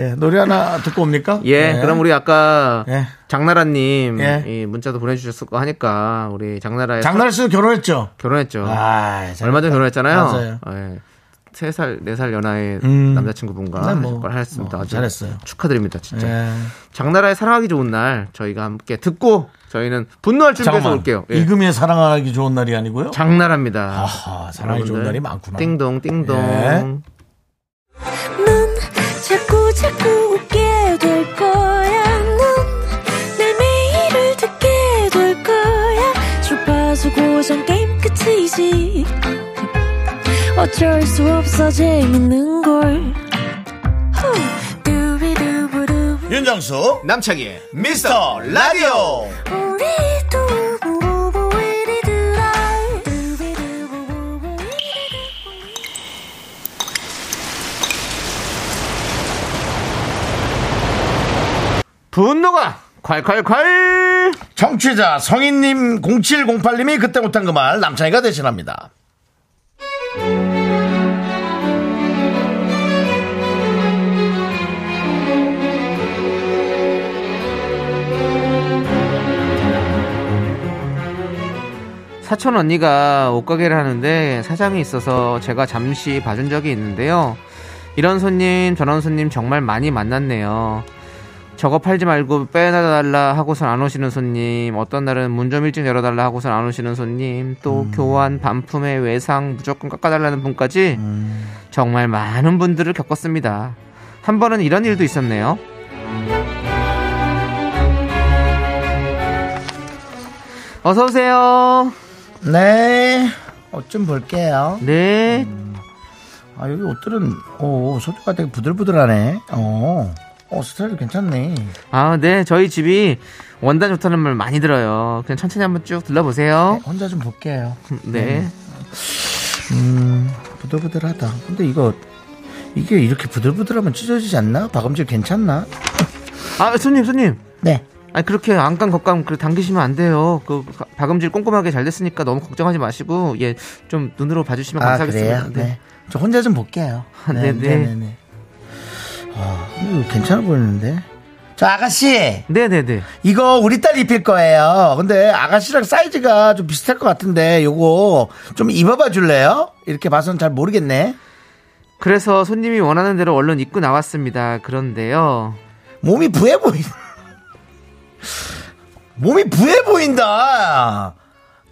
Speaker 1: 예, 노래 하나 듣고 옵니까?
Speaker 2: 예, 그럼 우리 아까
Speaker 1: 예.
Speaker 2: 장나라님
Speaker 1: 예.
Speaker 2: 이 문자도 보내주셨을 거 하니까 우리 장나라에
Speaker 1: 장날 씨도 결혼했죠.
Speaker 2: 결혼했죠.
Speaker 1: 아, 잘-
Speaker 2: 네, 어. 얼마 전에
Speaker 1: 맞아요.
Speaker 2: 결혼했잖아요. 예. 세살네 살 연하의 남자친구분과
Speaker 1: 네, 뭐,
Speaker 2: 걸 하셨습니다.
Speaker 1: 뭐,
Speaker 2: 아주
Speaker 1: 잘했어요.
Speaker 2: 축하드립니다, 진짜.
Speaker 1: 예.
Speaker 2: 장나라의 사랑하기 좋은 날 저희가 함께 듣고 저희는 분노할 준비해서
Speaker 1: 잠깐만.
Speaker 2: 올게요. 예.
Speaker 1: 이금희의 사랑하기 좋은 날이 아니고요.
Speaker 2: 장나라입니다.
Speaker 1: 아하, 사랑하기 좋은
Speaker 2: 여러분들,
Speaker 1: 날이 많구나.
Speaker 2: 띵동 띵동.
Speaker 1: 예.
Speaker 5: 넌 자꾸 자꾸 웃게 될 거야. 넌내 매일을 듣게 될 거야. 주파수 고정 게임 끝이지. 어쩔 수 없어 재밌는 걸. 후. 두비두부두.
Speaker 1: 윤정수,
Speaker 2: 남창희의
Speaker 1: 미스터 라디오.
Speaker 5: 우리 두부부부 우리들아. 두비두부부부 우리들아.
Speaker 2: 분노가 콸콸콸.
Speaker 1: 청취자 성인님 0708님이 그때 못한 그 말 남창희가 대신합니다.
Speaker 2: 사촌 언니가 옷가게를 하는데 사장이 있어서 제가 잠시 봐준 적이 있는데요. 이런 손님, 저런 손님 정말 많이 만났네요. 저거 팔지 말고 빼놔달라 하고선 안 오시는 손님, 어떤 날은 문 좀 일찍 열어달라 하고선 안 오시는 손님, 또 교환, 반품에 외상 무조건 깎아달라는 분까지 정말 많은 분들을 겪었습니다. 한 번은 이런 일도 있었네요. 어서오세요.
Speaker 1: 네. 옷 좀 볼게요.
Speaker 2: 네.
Speaker 1: 아, 여기 옷들은, 오, 소재가 되게 부들부들하네. 어, 어, 스타일 괜찮네.
Speaker 2: 아, 네. 저희 집이 원단 좋다는 말 많이 들어요. 그냥 천천히 한번 쭉
Speaker 1: 네,
Speaker 2: 둘러보세요.
Speaker 1: 혼자 좀 볼게요.
Speaker 2: 네.
Speaker 1: 부들부들하다. 근데 이거, 이게 이렇게 부들부들하면 찢어지지 않나? 박음질 괜찮나?
Speaker 2: 아, 손님, 손님.
Speaker 1: 네.
Speaker 2: 아니, 그렇게 안감, 겉감, 그 당기시면 안 돼요. 그, 가- 박음질 꼼꼼하게 잘 됐으니까 너무 걱정하지 마시고, 예, 좀 눈으로 봐주시면
Speaker 1: 아,
Speaker 2: 감사하겠습니다.
Speaker 1: 그래요? 네. 저 혼자 좀 볼게요.
Speaker 2: 아, 네네.
Speaker 1: 네네네. 아, 이거 괜찮아 보이는데? 저 아가씨!
Speaker 2: 네네네.
Speaker 1: 이거 우리 딸 입힐 거예요. 근데 아가씨랑 사이즈가 좀 비슷할 것 같은데 요거 좀 입어봐 줄래요? 이렇게 봐서는 잘 모르겠네.
Speaker 2: 그래서 손님이 원하는 대로 얼른 입고 나왔습니다. 그런데요.
Speaker 1: 몸이 부해 보인. *laughs* 몸이 부해 보인다.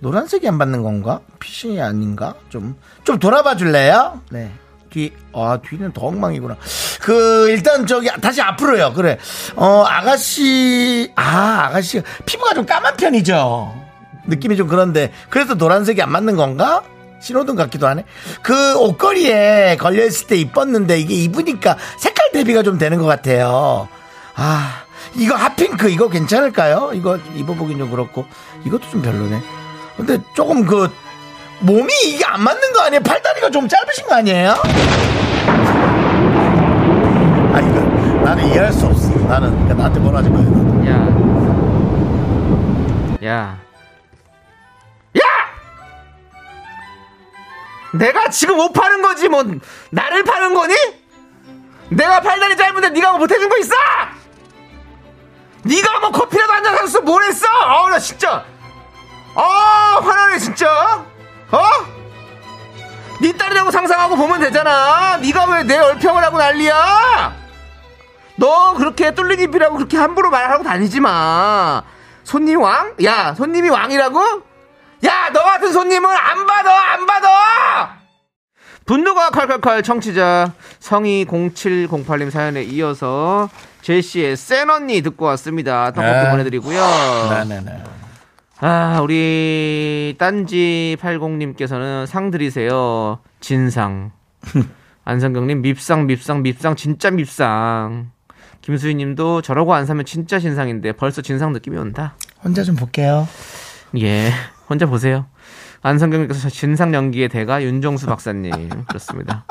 Speaker 1: 노란색이 안 받는 건가? 핏이 아닌가? 좀, 좀 돌아봐 줄래요? 네. 뒤, 아, 뒤는 더 엉망이구나. 그, 일단 저기, 다시 앞으로요. 그래. 어, 아가씨, 아, 아가씨, 피부가 좀 까만 편이죠. 느낌이 좀 그런데. 그래서 노란색이 안 맞는 건가? 신호등 같기도 하네. 그 옷걸이에 걸려있을 때 입었는데 이게 입으니까 색깔 대비가 좀 되는 것 같아요. 아, 이거 핫핑크 이거 괜찮을까요? 이거 입어보긴 좀 그렇고 이것도 좀 별로네. 근데 조금 그 몸이 이게 안 맞는 거 아니에요? 팔다리가 좀 짧으신 거 아니에요? 아니 그 나는 이해할 수 없어. 나는 그러니까 나한테 뭐라 하지 마요.
Speaker 2: 야. 야. 야! 내가 지금 옷 파는 거지 뭐 나를 파는 거니? 내가 팔다리 짧은데 네가 뭐 못해준 거 있어? 네가 뭐 커피라도 한잔 사줬어 뭘 했어? 아우 나 진짜 아 화나네 진짜 어? 네 딸이라고 상상하고 보면 되잖아 네가 왜 내 얼평을 하고 난리야? 너 그렇게 뚫린 입이라고 그렇게 함부로 말하고 다니지 마. 손님 왕? 야, 손님이 왕이라고? 야, 너 같은 손님은 안 받아, 안 받아! 분노가 칼칼칼 청취자 성희 0708님 사연에 이어서 제시의 센 언니 듣고 왔습니다. 떡볶이
Speaker 1: 네.
Speaker 2: 보내드리고요.
Speaker 1: 네네네.
Speaker 2: 아, 우리 딴지 80님께서는 상 드리세요.
Speaker 1: *laughs*
Speaker 2: 진상. 안성경님 밉상 밉상 밉상 진짜 밉상. 김수희님도 저러고 안 사면 진짜 신상인데 벌써 진상 느낌이 온다.
Speaker 1: 혼자 좀 볼게요.
Speaker 2: 예, 혼자 보세요. 안성경님께서 진상 연기의 대가 윤정수 박사님 그렇습니다.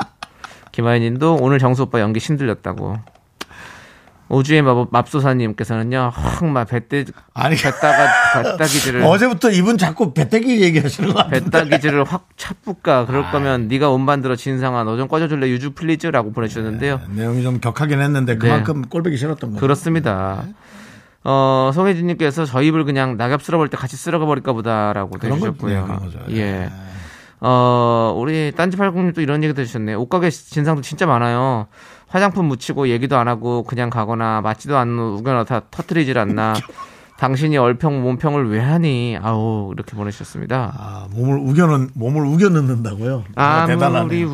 Speaker 2: 김하연님도 오늘 정수 오빠 연기 신들렸다고. 오주의 마법 맙소사님께서는요, 헉마 배떼
Speaker 1: 아니,
Speaker 2: 배따가 배따기질을
Speaker 1: *laughs* 어제부터 이분 자꾸 배때기 얘기하시는 것 같은데. *laughs*
Speaker 2: 배따기질을 확 차뿌까
Speaker 1: 아.
Speaker 2: 그럴 거면 네가 온반 들어 진상아 너 좀 꺼져줄래 유주 플리즈라고 보내주셨는데요.
Speaker 1: 내용이 좀 격하긴 했는데 네. 그만큼 꼴보기 싫었던 거예요.
Speaker 2: 그렇습니다. 어, 송혜진님께서 저 입을 그냥 낙엽 쓸어버릴 때 같이 쓸어버릴까 보다라고
Speaker 1: 그런 거- 네,
Speaker 2: 해주셨고요.
Speaker 1: 그런 거죠.
Speaker 2: 예. 어, 우리 딴지팔공님도 이런 얘기도 해주셨네요. 옷가게 진상도 진짜 많아요. 화장품 묻히고 얘기도 안 하고 그냥 가거나 맞지도 않는 우겨나타 터트리질 않나. 당신이 얼평 몸평을 왜 하니? 아우 이렇게 보내주셨습니다.
Speaker 1: 아, 몸을 우겨는 몸을 우겨 넣는다고요. 아, 대단하네.
Speaker 2: 아무리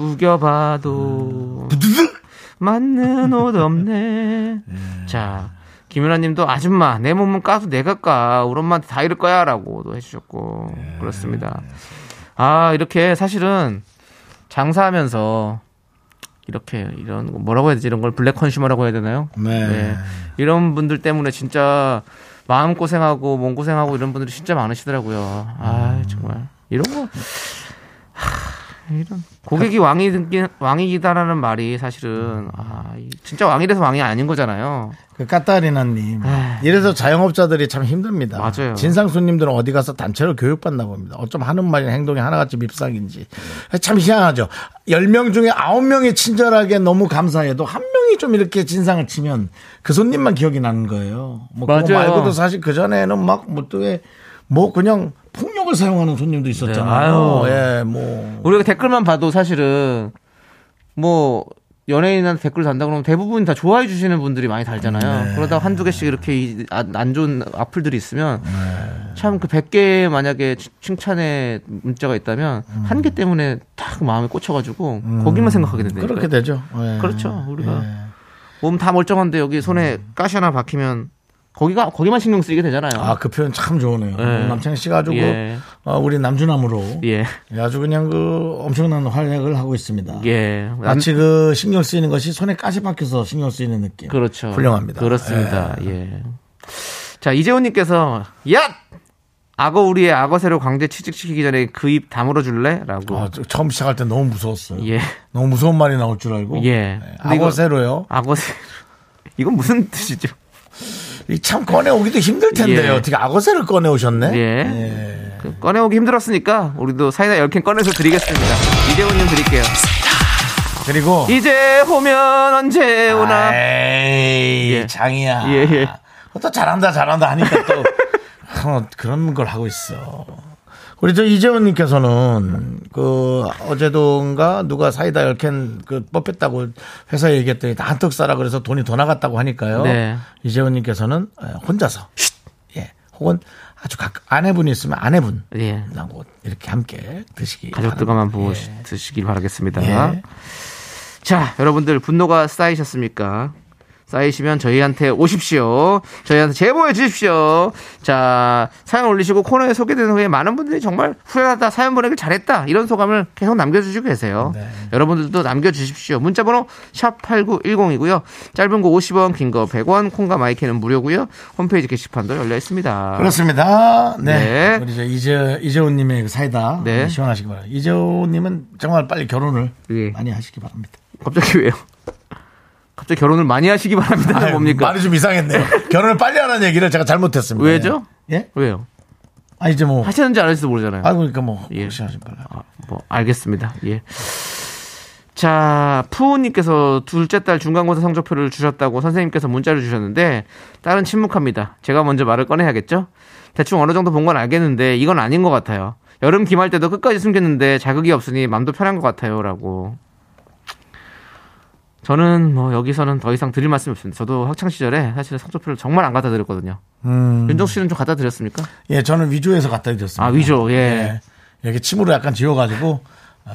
Speaker 2: 우겨봐도
Speaker 1: *laughs*
Speaker 2: 맞는 옷 없네. 자, 김윤아님도 아줌마 내 몸은 까도 내가 까 우리 엄마한테 다 이럴 거야라고도 해주셨고
Speaker 1: 네.
Speaker 2: 그렇습니다. 아 이렇게 사실은 장사하면서 이렇게 이런 거 뭐라고 해야 되지 이런 걸 블랙 컨슈머라고 해야 되나요?
Speaker 1: 네.
Speaker 2: 이런 분들 때문에 진짜 마음 고생하고 몸 고생하고 이런 분들이 진짜 많으시더라고요. 아 정말 이런 거 하, 이런 고객이 왕이 긴 왕이기다라는 말이 사실은 아 이- 진짜 왕이라서 왕이 아닌 거잖아요.
Speaker 1: 그 까따리나님.
Speaker 2: 에이.
Speaker 1: 이래서 자영업자들이 참 힘듭니다.
Speaker 2: 네. 맞아요.
Speaker 1: 진상 손님들은 어디 가서 단체로 교육받나 봅니다. 어쩜 하는 말이나 행동이 하나같이 밉상인지. 참 희한하죠. 10명 중에 9명이 친절하게 너무 감사해도 한 명이 좀 이렇게 진상을 치면 그 손님만 기억이 나는 거예요. 뭐 그거
Speaker 2: 맞아요.
Speaker 1: 말고도 사실 그전에는 막뭐또뭐 뭐 그냥 폭력을 사용하는 손님도 있었잖아요.
Speaker 2: 네,
Speaker 1: 예, 뭐.
Speaker 2: 우리가 댓글만 봐도 사실은 뭐 연예인한테 댓글 단다 그러면 대부분 다 좋아해 주시는 분들이 많이
Speaker 1: 네.
Speaker 2: 달잖아요. 그러다 한두 개씩 이렇게 이- 아- 안 좋은 악플들이 있으면
Speaker 1: 네.
Speaker 2: 참 그 100개 만약에 치- 칭찬의 문자가 있다면
Speaker 1: 음.
Speaker 2: 한 개 때문에 딱 마음에 꽂혀가지고 거기만 생각하게 된다니까요.
Speaker 1: 그렇게 되죠. 예.
Speaker 2: 네, 그렇죠. 우리가 몸 다 멀쩡한데 여기 손에 가시 하나 박히면 거기가 거기만 신경 쓰이게 되잖아요.
Speaker 1: 아, 그 표현 참 좋으네요.
Speaker 2: 네.
Speaker 1: 남창희 씨가 아주 그,
Speaker 2: 예.
Speaker 1: 어, 우리 남주남으로
Speaker 2: 예.
Speaker 1: 아주 그냥 그 엄청난 활약을 하고 있습니다.
Speaker 2: 예. 남-
Speaker 1: 마치 그 신경 쓰이는 것이 손에 가시 박혀서 신경 쓰이는 느낌.
Speaker 2: 그렇죠.
Speaker 1: 훌륭합니다.
Speaker 2: 그렇습니다. 예. 자, 이재훈님께서, 야! 악어 우리의 악어새로 광대 취직시키기 전에 그 입 다물어 줄래? 라고.
Speaker 1: 아, 저- 처음 시작할 때 너무 무서웠어요.
Speaker 2: 예.
Speaker 1: 너무 무서운 말이 나올 줄 알고.
Speaker 2: 예. 아. 근데 이거-
Speaker 1: 악어새로요.
Speaker 2: 악어새. 이건 무슨 뜻이죠?
Speaker 1: 이참 꺼내 오기도 힘들 텐데요.
Speaker 2: 예.
Speaker 1: 어떻게 악어새를 꺼내 오셨네?
Speaker 2: 예. 그 꺼내오기 힘들었으니까, 우리도 사이다 10캔 꺼내서 드리겠습니다. 이재훈님 드릴게요.
Speaker 1: 그리고
Speaker 2: 이제 오면 언제 오나.
Speaker 1: 아. 에이
Speaker 2: 예.
Speaker 1: 장이야.
Speaker 2: 예, 예.
Speaker 1: 어, 또 잘한다 잘한다 하니까
Speaker 2: *laughs*
Speaker 1: 또 어, 그런 걸 하고 있어. 우리 저 이재훈님께서는 그 어제도인가 누가 사이다 열캔그 뽑혔다고 회사에 얘기했더니 다 한턱 싸라 그래서 돈이 더 나갔다고 하니까요.
Speaker 2: 네.
Speaker 1: 이재훈님께서는 혼자서 예 혹은 아주 가 아내분이 있으면 아내분
Speaker 2: 예.
Speaker 1: 하고 이렇게 함께 드시기
Speaker 2: 가족들과만
Speaker 1: 바랍니다.
Speaker 2: 보고
Speaker 1: 예.
Speaker 2: 시- 드시길 바라겠습니다.
Speaker 1: 예.
Speaker 2: 자, 여러분들 분노가 쌓이셨습니까? 쌓이시면 저희한테 오십시오. 저희한테 제보해 주십시오. 자, 사연 올리시고 코너에 소개된 후에 많은 분들이 정말 후회하다 사연 보내길 잘했다. 이런 소감을 계속 남겨주시고 계세요.
Speaker 1: 네.
Speaker 2: 여러분들도 남겨주십시오. 문자번호 샵8910이고요. 짧은 거 50원, 긴 거 100원, 콩과 마이크는 무료고요. 홈페이지 게시판도 열려 있습니다.
Speaker 1: 그렇습니다. 네.
Speaker 2: 아. 네.
Speaker 1: 우리 저 이재 이재훈님의 그 사이다
Speaker 2: 네.
Speaker 1: 시원하시기 바랍니다. 이재훈님은 정말 빨리 결혼을
Speaker 2: 예.
Speaker 1: 많이 하시기 바랍니다.
Speaker 2: 갑자기 왜요? 갑자기 결혼을 많이 하시기 바랍니다.
Speaker 1: 아유,
Speaker 2: 뭡니까?
Speaker 1: 네, 말이 좀 이상했네요. *laughs* 결혼을 빨리 하라는 얘기를 제가 잘못했습니다.
Speaker 2: 왜죠?
Speaker 1: 예?
Speaker 2: 왜요?
Speaker 1: 아 이제 뭐
Speaker 2: 하시는지 안 하시는지 모르잖아요.
Speaker 1: 아, 그러니까 뭐,
Speaker 2: 예.
Speaker 1: 혹시 하지 말라.
Speaker 2: 아, 뭐 알겠습니다. 예. 자, 푸우님께서 둘째 딸 중간고사 성적표를 주셨다고 선생님께서 문자를 주셨는데 딸은 침묵합니다. 제가 먼저 말을 꺼내야겠죠? 대충 어느 정도 본 건 알겠는데 이건 아닌 것 같아요. 여름 기말 때도 끝까지 숨겼는데 자극이 없으니 마음도 편한 것 같아요라고. 저는 뭐 여기서는 더 이상 드릴 말씀이 없습니다. 저도 학창 시절에 사실 성적표를 정말 안 갖다 드렸거든요. 윤정 씨는 좀 갖다 드렸습니까?
Speaker 1: 음. 예, 저는 위조해서 갖다 드렸습니다.
Speaker 2: 아 위조 예.
Speaker 1: 예. 이렇게 침으로 약간 지워가지고 어,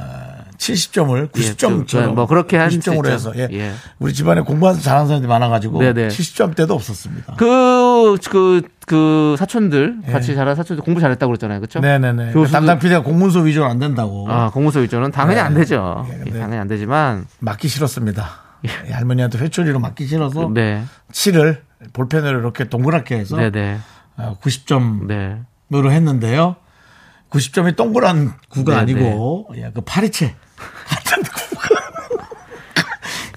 Speaker 1: 70점을
Speaker 2: 예,
Speaker 1: 90점처럼
Speaker 2: 뭐 그렇게 할수
Speaker 1: 90점으로
Speaker 2: 있죠.
Speaker 1: 해서 예.
Speaker 2: 예.
Speaker 1: 우리 집안에 공부하는 잘하는 사람들이 많아가지고
Speaker 2: 네네.
Speaker 1: 70점대도 없었습니다.
Speaker 2: 그, 그, 그 사촌들 같이 자란 사촌들 공부 잘했다고 그랬잖아요, 그렇죠?
Speaker 1: 예. 네네네. 그러니까
Speaker 2: 교수들-
Speaker 1: 담당 PD가 공문서 위조는 안 된다고
Speaker 2: 아 공무소 위조는 당연히 안 되죠.
Speaker 1: 예,
Speaker 2: 예,
Speaker 1: 근데-
Speaker 2: 당연히 안 되지만
Speaker 1: 맞기 싫었습니다. 예, 할머니한테 회초리로 맞기 싫어서
Speaker 2: 네.
Speaker 1: 칠을 볼펜으로 이렇게 동그랗게 해서
Speaker 2: 네, 네.
Speaker 1: 어, 90점으로
Speaker 2: 네.
Speaker 1: 했는데요. 90점이 동그란 구가
Speaker 2: 네,
Speaker 1: 아니고 예, 그 파리채 같은 *laughs* 구가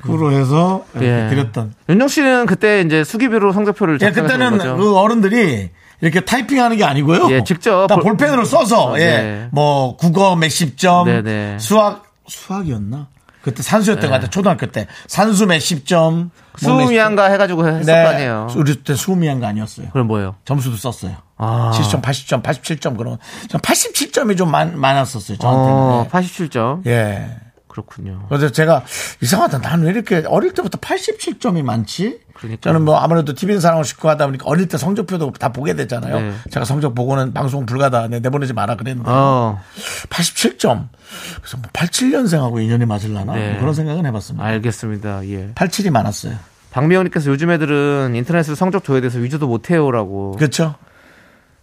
Speaker 1: 구로 해서 이렇게
Speaker 2: 예.
Speaker 1: 네, 드렸던.
Speaker 2: 윤정 씨는 그때 이제 수기비로 성적표를
Speaker 1: 예,
Speaker 2: 작성하신
Speaker 1: 그때는
Speaker 2: 거죠?
Speaker 1: 그 어른들이 이렇게 타이핑하는 게 아니고요.
Speaker 2: 예, 직접
Speaker 1: 다
Speaker 2: 볼-
Speaker 1: 볼펜으로 써서
Speaker 2: 어,
Speaker 1: 예,
Speaker 2: 네.
Speaker 1: 뭐 국어 몇십 점,
Speaker 2: 네, 네.
Speaker 1: 수학 수학이었나? 그때 산수였던 것 같아. 초등학교 때 산수 몇십 점, 뭐
Speaker 2: 수미양가 해가지고 했을 거 아니에요.
Speaker 1: 네. 우리 그때 수미한 거 아니었어요.
Speaker 2: 그럼 뭐예요?
Speaker 1: 점수도 썼어요.
Speaker 2: 아.
Speaker 1: 70점, 80점, 87점 그런. 전 87점이 좀 많, 많았었어요.
Speaker 2: 어,
Speaker 1: 저한테는.
Speaker 2: 87점.
Speaker 1: 예. 예.
Speaker 2: 그렇군요.
Speaker 1: 그래서 제가 이상하다. 난 왜 이렇게 어릴 때부터 87점이 많지?
Speaker 2: 그러니까요.
Speaker 1: 저는 뭐 아무래도 TV는 사랑을 싣고 하다 보니까 어릴 때 성적표도 다 보게 되잖아요.
Speaker 2: 네.
Speaker 1: 제가 성적 보고는 방송 불가다. 네, 내 내보내지 마라 그랬는데.
Speaker 2: 어,
Speaker 1: 87점. 그래서 뭐 87년생하고 인연이 맞을라나?
Speaker 2: 네.
Speaker 1: 뭐 그런 생각은 해봤습니다.
Speaker 2: 알겠습니다. 예.
Speaker 1: 87이 많았어요.
Speaker 2: 박미영님께서 요즘 애들은 인터넷으로 성적 조회돼서 위조도 못해요라고.
Speaker 1: 그렇죠?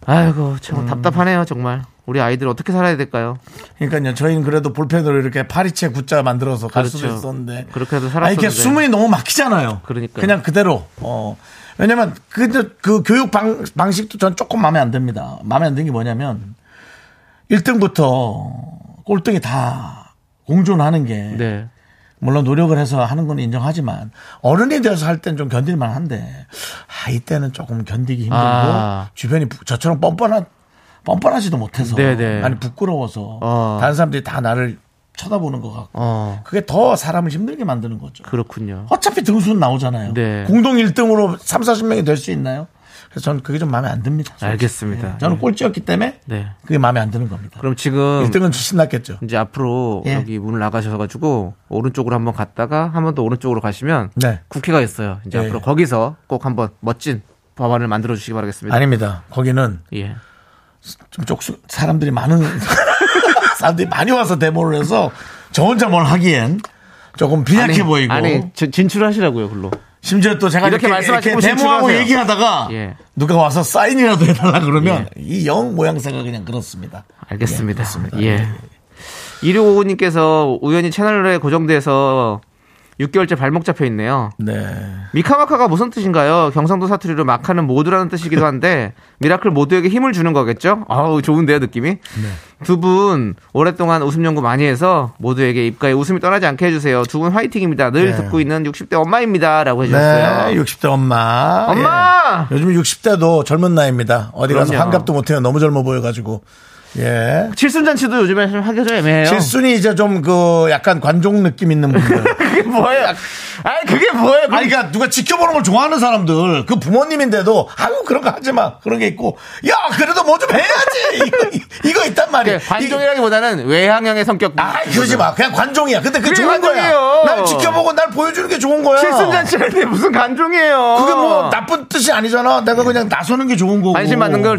Speaker 2: 아이고, 참
Speaker 1: 음.
Speaker 2: 답답하네요, 정말. 우리 아이들 어떻게 살아야 될까요?
Speaker 1: 그러니까요. 저희는 그래도 볼펜으로 이렇게 파리채 굿자 만들어서 갈 수도
Speaker 2: 그렇죠.
Speaker 1: 있었는데.
Speaker 2: 그렇게 해도
Speaker 1: 아니, 이게
Speaker 2: 살았었는데.
Speaker 1: 수문이 너무 막히잖아요.
Speaker 2: 그러니까요.
Speaker 1: 냥 그대로. 어. 왜냐면 그, 그 교육 방, 방식도 전 조금 마음에 안 듭니다. 마음에 안 드는 게 뭐냐면 1등부터 꼴등이 다 공존하는 게
Speaker 2: 네.
Speaker 1: 물론 노력을 해서 하는 건 인정하지만 어른이 되어서 할 땐 좀 견딜만 한데 아 이때는 조금 견디기 힘들고
Speaker 2: 아.
Speaker 1: 주변이 부- 저처럼 뻔뻔한 뻔뻔하지도 못해서
Speaker 2: 네네.
Speaker 1: 아니 부끄러워서
Speaker 2: 어.
Speaker 1: 다른 사람들이 다 나를 쳐다보는 것 같고
Speaker 2: 어,
Speaker 1: 그게 더 사람을 힘들게 만드는 거죠.
Speaker 2: 그렇군요.
Speaker 1: 어차피 등수는 나오잖아요.
Speaker 2: 네.
Speaker 1: 공동 1등으로 3, 40명이 될 수 있나요? 그래서 저는 그게 좀 마음에 안 듭니다. 솔직히.
Speaker 2: 알겠습니다.
Speaker 1: 예, 저는
Speaker 2: 예.
Speaker 1: 꼴찌였기 때문에
Speaker 2: 네.
Speaker 1: 그게 마음에 안 드는 겁니다.
Speaker 2: 그럼 지금
Speaker 1: 1등은 신났겠죠.
Speaker 2: 이제 앞으로
Speaker 1: 예.
Speaker 2: 여기 문을 나가셔가지고 오른쪽으로 한번 갔다가 한 번 더 오른쪽으로 가시면
Speaker 1: 네.
Speaker 2: 국회가 있어요. 이제
Speaker 1: 예.
Speaker 2: 앞으로 거기서 꼭 한번 멋진 법안을 만들어 주시기 바라겠습니다.
Speaker 1: 아닙니다. 거기는
Speaker 2: 예.
Speaker 1: 좀 쪽수 사람들이 많은 *laughs* 사람들이 많이 와서 데모를 해서 저 혼자 뭘 하기엔 조금 빈약해 보이고
Speaker 2: 아니 저- 진출하시라고요, 글로.
Speaker 1: 심지어 또 제가
Speaker 2: 이렇게
Speaker 1: 이렇게, 이렇게,
Speaker 2: 말씀하시고
Speaker 1: 데모하고
Speaker 2: 진출하세요.
Speaker 1: 얘기하다가
Speaker 2: 예.
Speaker 1: 누가 와서 사인이라도 해달라 그러면 이 영 모양새가 그냥 그렇습니다.
Speaker 2: 알겠습니다.
Speaker 1: 예, 그렇습니다.
Speaker 2: 예. 2655님께서 우연히 채널에 고정돼서 6개월째 발목 잡혀 있네요.
Speaker 1: 네.
Speaker 2: 미카마카가 무슨 뜻인가요? 경상도 사투리로 마카는 모두라는 뜻이기도 한데 미라클 모두에게 힘을 주는 거겠죠? 아우 좋은데요 느낌이.
Speaker 1: 네.
Speaker 2: 두 분 오랫동안 웃음 연구 많이 해서 모두에게 입가에 웃음이 떠나지 않게 해주세요. 두 분 화이팅입니다. 늘
Speaker 1: 네.
Speaker 2: 듣고 있는 60대 엄마입니다라고 해주셨어요.
Speaker 1: 네, 60대 엄마.
Speaker 2: 엄마!
Speaker 1: 예. 요즘 60대도 젊은 나이입니다. 어디 가서
Speaker 2: 그럼요.
Speaker 1: 환갑도 못해요. 너무 젊어 보여가지고. 예.
Speaker 2: 칠순 잔치도 요즘에 좀 하기가 좀 애매해요.
Speaker 1: 칠순이 이제 좀 그 약간 관종 느낌 있는 분들.
Speaker 2: *laughs* 그게 뭐예요? 아니 그게 뭐예요?
Speaker 1: 아니, 그러니까 누가 지켜보는 걸 좋아하는 사람들, 그 부모님인데도, 아유, 그런 거 하지 마. 그런 게 있고, 야, 그래도 뭐 좀 해야지! *laughs* 이거, 이거 있단 말이야.
Speaker 2: 그게 관종이라기보다는 외향형의 성격.
Speaker 1: 아, 그러지 마. 그냥 관종이야. 근데 그게
Speaker 2: 그게
Speaker 1: 좋은 거야.
Speaker 2: 관종이에요.
Speaker 1: 날 지켜보고 날 보여주는 게 좋은 거야.
Speaker 2: 칠순 잔치라는데 무슨 관종이에요?
Speaker 1: 그게 뭐 나쁜 뜻이 아니잖아. 내가 그냥 나서는 게 좋은 거고.
Speaker 2: 관심 받는 걸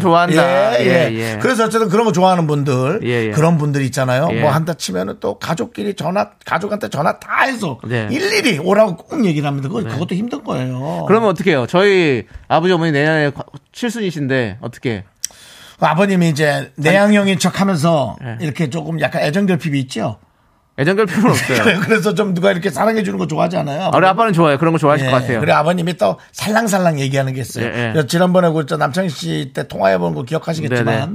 Speaker 1: 예,
Speaker 2: 좋아한다.
Speaker 1: 예.
Speaker 2: 예, 예.
Speaker 1: 그래서 어쨌든 그런 거 좋아하는 분들,
Speaker 2: 예, 예.
Speaker 1: 그런 분들 있잖아요.
Speaker 2: 예.
Speaker 1: 뭐 한다 치면은 또 가족끼리 전화, 가족한테 전화 다 해서
Speaker 2: 네.
Speaker 1: 일일이 오라고 꼭 얘기를 합니다. 그거, 그것도 힘든 거예요.
Speaker 2: 그러면 어떻게 해요? 저희 아버지 어머니 내년에 과- 칠순이신데 어떻게?
Speaker 1: 아버님이 이제 내향형인 척 하면서
Speaker 2: 예.
Speaker 1: 이렇게 조금 약간 애정결핍이 있죠. *laughs*
Speaker 2: 애정결 필요는 *laughs* 없어요.
Speaker 1: 그래서 좀 누가 이렇게 사랑해주는 거 좋아하지 않아요?
Speaker 2: 우리 아빠는 좋아요. 그런 거 좋아하실
Speaker 1: 예,
Speaker 2: 것 같아요.
Speaker 1: 그래 아버님이 또 살랑살랑 얘기하는 게 있어요.
Speaker 2: 예, 예.
Speaker 1: 그래서 지난번에 그저 남창희 씨 때 통화해 본 거 기억하시겠지만
Speaker 2: 네네.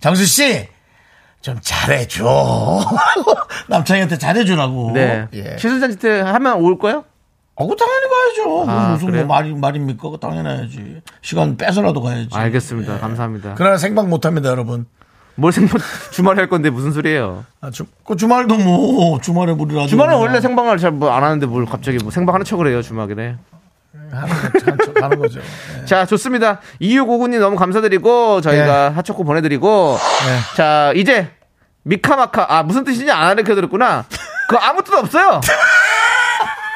Speaker 1: 장수 씨. 좀 잘해줘. *laughs* 하고 남창희한테 잘해주라고.
Speaker 2: 네.
Speaker 1: 예.
Speaker 2: 칠순잔치 때 하면 올 거예요?
Speaker 1: 어, 그 당연히 가야죠.
Speaker 2: 아,
Speaker 1: 무슨 뭐
Speaker 2: 그래요?
Speaker 1: 말이, 말입니까? 그거 당연히 해야지. 시간 빼서라도 가야지.
Speaker 2: 알겠습니다. 감사합니다.
Speaker 1: 그러나 생방 못 합니다, 여러분.
Speaker 2: 뭘 생방 *laughs* 주말에 할 건데 무슨 소리예요? 음.
Speaker 1: 아, 주, 그 주말도 뭐, 주말에 우리 라디오.
Speaker 2: 주말은
Speaker 1: 뭐야.
Speaker 2: 원래 생방을 잘 뭐 안 하는데 뭘 갑자기 뭐 생방하는 척을 해요 주말에.
Speaker 1: 하는 거죠. 하는 척 하는 거죠. 예.
Speaker 2: 네. 자 좋습니다. 2659님 너무 감사드리고 저희가 하초코 보내드리고 자 이제 미카마카 아 무슨 뜻인지 안 *laughs* 알려드렸구나. 그거 아무 뜻 *laughs* 없어요.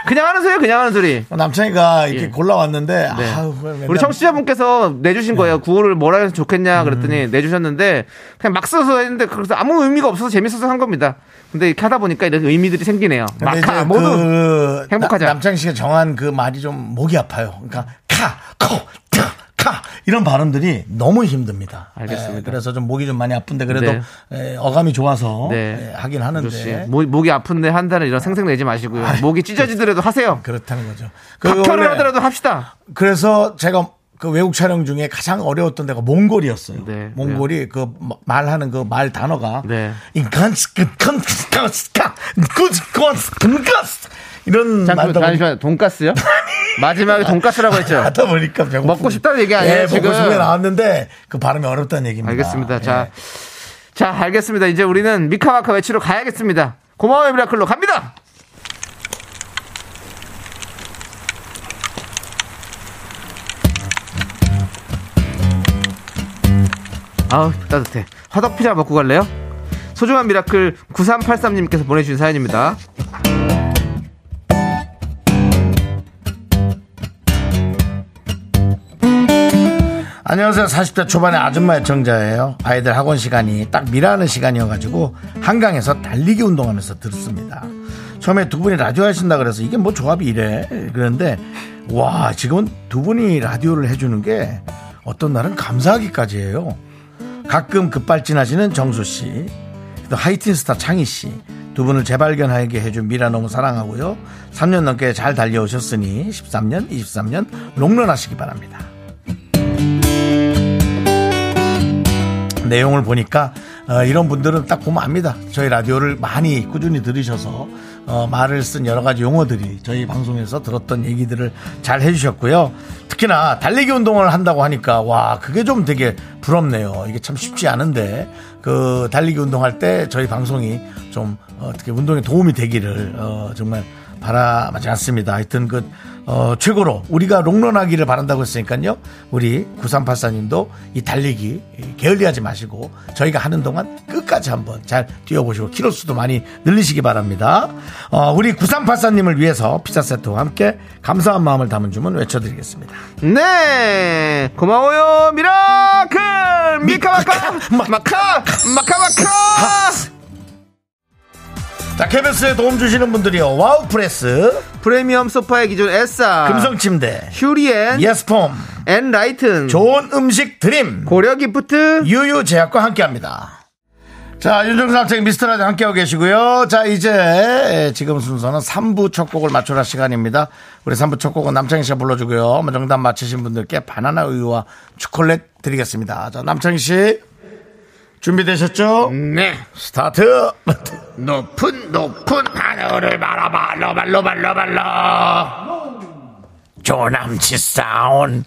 Speaker 2: 그냥 하는 소리예요. 그냥 하는 소리.
Speaker 1: 남창희가 이렇게
Speaker 2: 예.
Speaker 1: 골라왔는데,
Speaker 2: 네.
Speaker 1: 아우, 왜 맨날- 네. 음.
Speaker 2: 우리 청취자분께서 내주신 거예요. 구호를 뭐라 해서 좋겠냐 그랬더니 내주셨는데 그냥 막 써서 했는데 그래서 아무 의미가 없어서 재밌어서 한 겁니다. 근데 이렇게 하다 보니까 이런 의미들이 생기네요.
Speaker 1: 근데
Speaker 2: 마카
Speaker 1: 이제
Speaker 2: 모두
Speaker 1: 그
Speaker 2: 행복하자.
Speaker 1: 나- 남창희 씨가 정한 그 말이 좀 목이 아파요. 그러니까 카, 코, 타, 카 이런 발음들이 너무 힘듭니다.
Speaker 2: 알겠습니다.
Speaker 1: 예, 그래서 좀 목이 좀 많이 아픈데 그래도
Speaker 2: 네.
Speaker 1: 에, 어감이 좋아서
Speaker 2: 네.
Speaker 1: 예, 하긴 하는데
Speaker 2: 역시 목, 목이 아픈데 한다는 이런 생색 내지 마시고요. 목이 찢어지더라도 하세요.
Speaker 1: 그렇다는 거죠. 그렇죠. 그
Speaker 2: 각혈을
Speaker 1: 원래
Speaker 2: 하더라도 합시다.
Speaker 1: 그래서 제가 그 외국 촬영 중에 가장 어려웠던 데가 몽골이었어요.
Speaker 2: 네,
Speaker 1: 몽골이 그 말하는 그 말 단어가
Speaker 2: 네.
Speaker 1: 이런
Speaker 2: 잠깐만,
Speaker 1: 말도
Speaker 2: 잠시만,
Speaker 1: *laughs*
Speaker 2: 돈가스요? 마지막에 돈가스라고 했죠?
Speaker 1: 하다 보니까 배고픔이-
Speaker 2: 먹고 싶다는 얘기 아니에요,
Speaker 1: 예,
Speaker 2: 지금?
Speaker 1: 먹고 싶은 게 나왔는데 그 발음이 어렵다는 얘기입니다.
Speaker 2: 알겠습니다. 자,
Speaker 1: 예.
Speaker 2: 자, 알겠습니다. 이제 우리는 미카마카 외치러 가야겠습니다. 고마워요, 미라클로 갑니다! 아우, 따뜻해. 화덕피자 먹고 갈래요? 소중한 미라클 9383님께서 보내주신 사연입니다.
Speaker 1: 안녕하세요. 40대 초반의 아줌마 애청자예요. 아이들 학원 시간이 딱 미라는 시간이어가지고 한강에서 달리기 운동하면서 들었습니다. 처음에 두 분이 라디오 하신다 그래서 이게 뭐 조합이 이래. 그런데 와 지금은 두 분이 라디오를 해주는 게 어떤 날은 감사하기까지 해요. 가끔 급발진하시는 정수 씨, 또 하이틴 스타 창희 씨. 두 분을 재발견하게 해준 미라 너무 사랑하고요. 3년 넘게 잘 달려오셨으니 13년, 23년 롱런하시기 바랍니다. 내용을 보니까 어, 이런 분들은 딱 보면 압니다. 저희 라디오를 많이 꾸준히 들으셔서 어, 말을 쓴 여러 가지 용어들이 저희 방송에서 들었던 얘기들을 잘 해주셨고요. 특히나 달리기 운동을 한다고 하니까 와 그게 좀 되게 부럽네요. 이게 참 쉽지 않은데 그 달리기 운동할 때 저희 방송이 좀 어, 어떻게 운동에 도움이 되기를 어, 정말 바라지 않습니다. 하여튼 그 어, 최고로 우리가 롱런하기를 바란다고 했으니까요. 우리 9384님도 이 달리기 이, 게을리하지 마시고 저희가 하는 동안 끝까지 한번 잘 뛰어보시고 키로수도 많이 늘리시기 바랍니다. 어, 우리 9384님을 위해서 피자 세트와 함께 감사한 마음을 담은 주문 외쳐드리겠습니다.
Speaker 2: 네 고마워요 미라클 미카마카 마카 마카마카
Speaker 1: 자, KBS에 도움 주시는 분들이요. 와우프레스,
Speaker 2: 프리미엄 소파의 기준 에싸
Speaker 1: 금성침대,
Speaker 2: 휴리엔
Speaker 1: 예스폼,
Speaker 2: 엔라이튼
Speaker 1: 좋은 음식 드림,
Speaker 2: 고려기프트
Speaker 1: 유유제약과 함께합니다. 자, 윤정수 학생 미스터라디 함께하고 계시고요. 자, 이제 지금 순서는 3부 첫 곡을 맞춰라 시간입니다. 우리 3부 첫 곡은 남창희 씨가 불러주고요. 정답 맞히신 분들께 바나나 우유와 초콜릿 드리겠습니다. 자, 남창희 씨 준비되셨죠?
Speaker 2: 네
Speaker 1: 스타트! *laughs*
Speaker 2: 높은 높은 하늘을 바라봐 로발로발로발로
Speaker 1: 조남지 사운.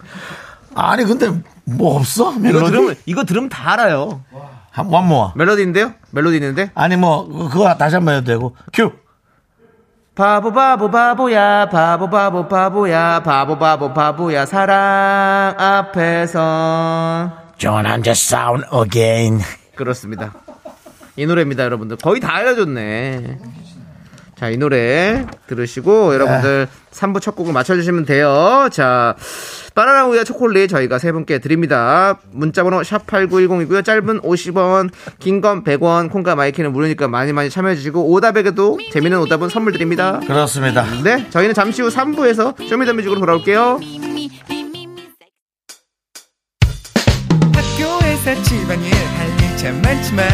Speaker 1: 아니, 근데 뭐 없어? 멜로디?
Speaker 2: 이거 들으면 다 알아요
Speaker 1: 한, 원 모아.
Speaker 2: 멜로디인데요 멜로디 있는데
Speaker 1: 아니, 뭐, 그거 다시 한 번 해도 되고. 큐!
Speaker 2: 바보 바보 바보야 바보 바보 바보야 바보 바보 바보야 사랑 앞에서
Speaker 1: 조남지 사운 again.
Speaker 2: 그렇습니다. 이 노래입니다, 여러분들. 거의 다 알려줬네. 자, 이 노래 들으시고 여러분들 3부 첫 곡을 맞춰주시면 돼요. 자, 바나나 우유와 초콜릿 저희가 세 분께 드립니다. 문자번호 샵8910이고요. 짧은 50원, 긴 건 100원, 콩과 마이키는 무료니까 많이 많이 참여해주시고 오답에게도 재미있는 오답은 선물 드립니다.
Speaker 1: 그렇습니다.
Speaker 2: 네, 저희는 잠시 후 3부에서 쇼미더뮤직으로 돌아올게요.
Speaker 6: 학교에서 집안일 할 일 참 많지만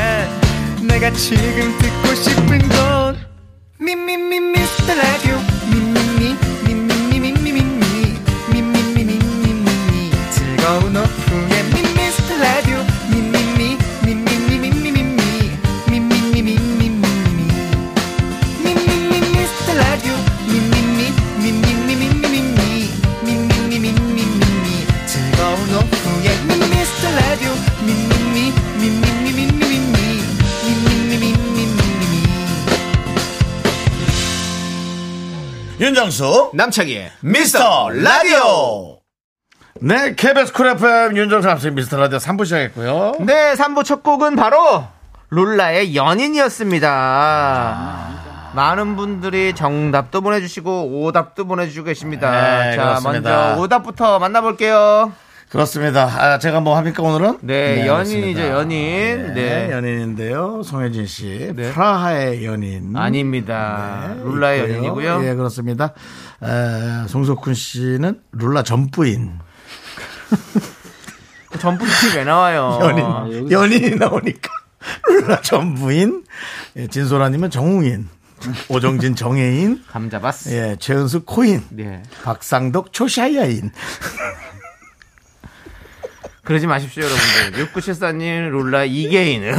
Speaker 6: 내가 지금 듣고 싶은 건 미미미 미스터 라디오 미미미 미미미 미미미 미미미 미미미 미미미 즐거운 오후에 미스터 라디오 미미미 미미미 미미미 미미미 미미미 미미미
Speaker 1: 윤정수
Speaker 2: 남창희의
Speaker 1: 미스터 라디오 네 KBS 쿨 FM 윤정수 남친 미스터 라디오 3부 시작했고요
Speaker 2: 네, 3부 첫 곡은 바로 룰라의 연인이었습니다. 많은 분들이 정답도 보내주시고 오답도 보내주시고 계십니다.
Speaker 1: 네,
Speaker 2: 자,
Speaker 1: 그렇습니다.
Speaker 2: 먼저 오답부터 만나볼게요.
Speaker 1: 그렇습니다 아, 제가 뭐 합니까 오늘은?
Speaker 2: 네, 연인이죠,
Speaker 1: 그렇습니다.
Speaker 2: 연인.
Speaker 1: 네,
Speaker 2: 네.
Speaker 1: 연인인데요 송혜진씨
Speaker 2: 네.
Speaker 1: 프라하의 연인
Speaker 2: 아닙니다.
Speaker 1: 네,
Speaker 2: 룰라의
Speaker 1: 있고요.
Speaker 2: 연인이고요.
Speaker 1: 예 그렇습니다 에, 송석훈씨는 룰라 전부인
Speaker 2: 자꾸 전부인이 왜 나와요?
Speaker 1: *laughs* 아, 연인.
Speaker 2: 아, 여기-
Speaker 1: 연인이 나오니까. *laughs* 룰라 전부인. 예, 진소라님은 정웅인. 오정진 정혜인.
Speaker 2: 감 잡았어.
Speaker 1: 예, 최은수 코인.
Speaker 2: 네.
Speaker 1: 박상덕 초샤야인.
Speaker 2: 그러지 마십시오, 여러분들. 6974님, 룰라 이계인. *laughs*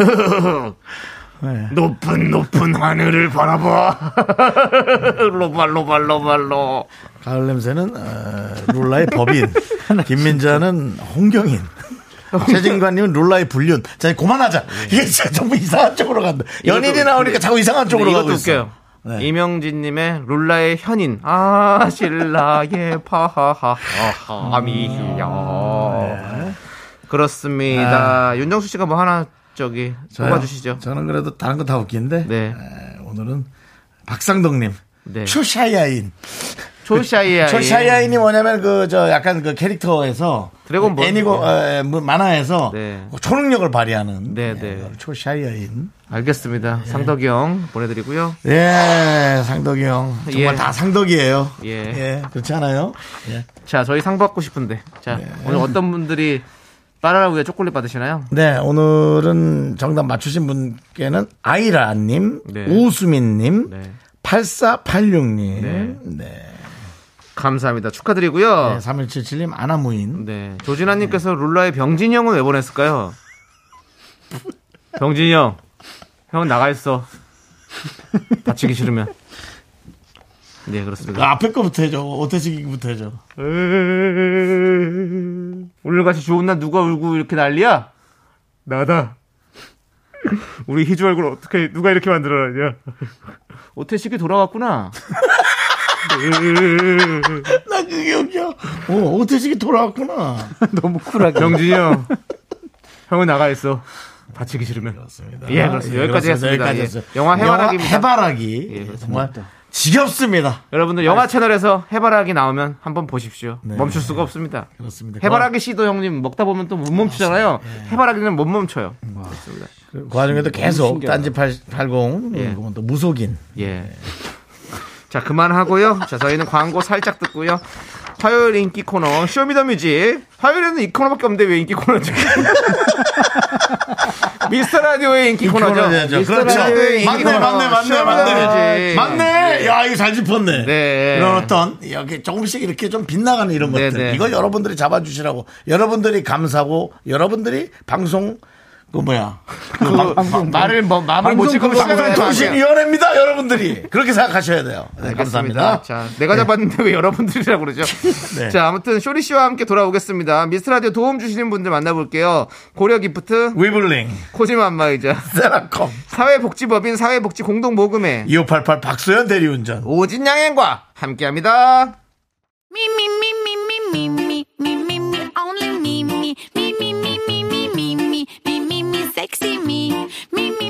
Speaker 1: 네.
Speaker 2: 높은 높은
Speaker 1: *laughs*
Speaker 2: 하늘을 바라봐. 로발로 발로 발로.
Speaker 1: 가을 냄새는 어, 룰라의
Speaker 2: *laughs*
Speaker 1: 법인. 김민자는 홍경인. 최진관님은 룰라의 불륜. 자, 이제 그만하자.
Speaker 2: 예.
Speaker 1: 이게 진짜 전부 이상한 쪽으로 간다. 연인이 나오니까 자꾸 이상한 쪽으로
Speaker 2: 네. 이것도
Speaker 1: 가고 있어.
Speaker 2: 웃겨요.
Speaker 1: 네.
Speaker 2: 이명진님의 룰라의 현인. 아, 신라의
Speaker 1: 네.
Speaker 2: 파하함이요. 그렇습니다. 윤정수 씨가 뭐 하나 저기
Speaker 1: 아. 저요?
Speaker 2: 뽑아주시죠.
Speaker 1: 저는 그래도 다른 거 다 웃긴데
Speaker 2: 네.
Speaker 1: 에, 오늘은 박상덕님
Speaker 2: 네.
Speaker 1: 초샤야인.
Speaker 2: 초샤이아. 예.
Speaker 1: 초샤야인이 뭐냐면 그 저 약간 그 캐릭터에서
Speaker 2: 드래곤 볼. 예.
Speaker 1: 애니고 에, 뭐 만화에서
Speaker 2: 네.
Speaker 1: 초능력을 발휘하는
Speaker 2: 네,
Speaker 1: 예,
Speaker 2: 네.
Speaker 1: 초샤야인.
Speaker 2: 알겠습니다.
Speaker 1: 네.
Speaker 2: 상덕이 형 보내드리고요.
Speaker 1: 예, 상덕이 형 정말
Speaker 2: 예.
Speaker 1: 다 상덕이에요.
Speaker 2: 예.
Speaker 1: 그렇지 않아요? 예.
Speaker 2: 자, 저희 상 받고 싶은데. 자, 오늘 어떤 분들이 빠라라 우유 초콜릿 받으시나요?
Speaker 1: 네, 오늘은 정답 맞추신 분께는 아이라님,
Speaker 2: 네.
Speaker 1: 오수민님,
Speaker 2: 네.
Speaker 1: 8486님, 네.
Speaker 2: 네, 감사합니다. 축하드리고요.
Speaker 1: 3177님, 아나무인.
Speaker 2: 네. 조진아님께서 룰라의 병진이 형은 왜 보냈을까요? 병진이 형. 형 나가 있어. 다치기 싫으면. 네,
Speaker 1: 그
Speaker 2: 그렇습니다.
Speaker 1: 앞에 거부터 해줘. 오태식이부터 해줘. *laughs*
Speaker 2: 오늘같이 좋은 날 누가 울고 이렇게 난리야? 나다. 우리 희주 얼굴 어떻게 누가 이렇게 만들어놨냐? 오태식이 돌아왔구나.
Speaker 1: 나 그게 웃겨. 오, 오태식이 돌아왔구나.
Speaker 2: 너무 쿨하게. 병진이 형. 형은 나가 있어. 다치기 싫으면.
Speaker 1: 그렇습니다.
Speaker 2: 예, 그렇습니다. 여기까지 했습니다.
Speaker 1: 여기까지
Speaker 2: 예.
Speaker 1: 했어요.
Speaker 2: 영화 해바라기입니다.
Speaker 1: 해바라기.
Speaker 2: 예, 그렇습니다.
Speaker 1: 정말 지겹습니다.
Speaker 2: 여러분들 영화 채널에서 해바라기 나오면 한번 보십시오.
Speaker 1: 네.
Speaker 2: 멈출 수가 없습니다.
Speaker 1: 그렇습니다. 네.
Speaker 2: 해바라기 씨도 형님 먹다 보면 또 못 멈추잖아요. 해바라기는 못 멈춰요.
Speaker 1: 그 과정에도 계속 딴지 80, 80,
Speaker 2: 예.
Speaker 1: 이건 또 무속인.
Speaker 2: 예. 자 그만하고요. 자 저희는 광고 살짝 듣고요. 화요일 인기 코너 쇼미더뮤직. 화요일에는 이 코너밖에 없는데 왜 인기 코너죠? *laughs* 미스터 라디오의 인기 코너죠.
Speaker 1: 그렇죠.
Speaker 2: 미스터
Speaker 1: 그렇죠.
Speaker 2: 라디오의 인기
Speaker 1: 맞네,
Speaker 2: 코너.
Speaker 1: 맞네, 맞네, 맞네.
Speaker 2: 쇼미더뮤직.
Speaker 1: 맞네. 야, 이거 잘 짚었네.
Speaker 2: 네.
Speaker 1: 이런 어떤 여기 조금씩 이렇게 좀 빗나가는 이런
Speaker 2: 네,
Speaker 1: 것들.
Speaker 2: 네.
Speaker 1: 이거 여러분들이 잡아주시라고. 여러분들이 감사하고 여러분들이 방송 그 뭐야 그 방- 방-
Speaker 2: 말을 뭐 마음을 못 짓고
Speaker 1: 방송통신위원회입니다, 여러분들이. 그렇게 생각하셔야 돼요. 네, 감사합니다.
Speaker 2: 알겠습니다. 자, 내가 잡았는데 왜 여러분들이라고 그러죠?
Speaker 1: *laughs* 네.
Speaker 2: 자, 아무튼 쇼리 씨와 함께 돌아오겠습니다. 미스 라디오 도움 주시는 분들 만나볼게요. 고려 기프트,
Speaker 1: 위블링,
Speaker 2: 코지마 안마의자,
Speaker 1: 세라콤,
Speaker 2: 사회복지법인 사회복지 공동모금회,
Speaker 1: 2588 박소연 대리운전,
Speaker 2: 오진 양행과 함께합니다.
Speaker 5: Me, me, me, me, me, me, me, me, me, me, only me, me, me, me, me, me, me, me, me, me, me, me, sexy me, me, me, me.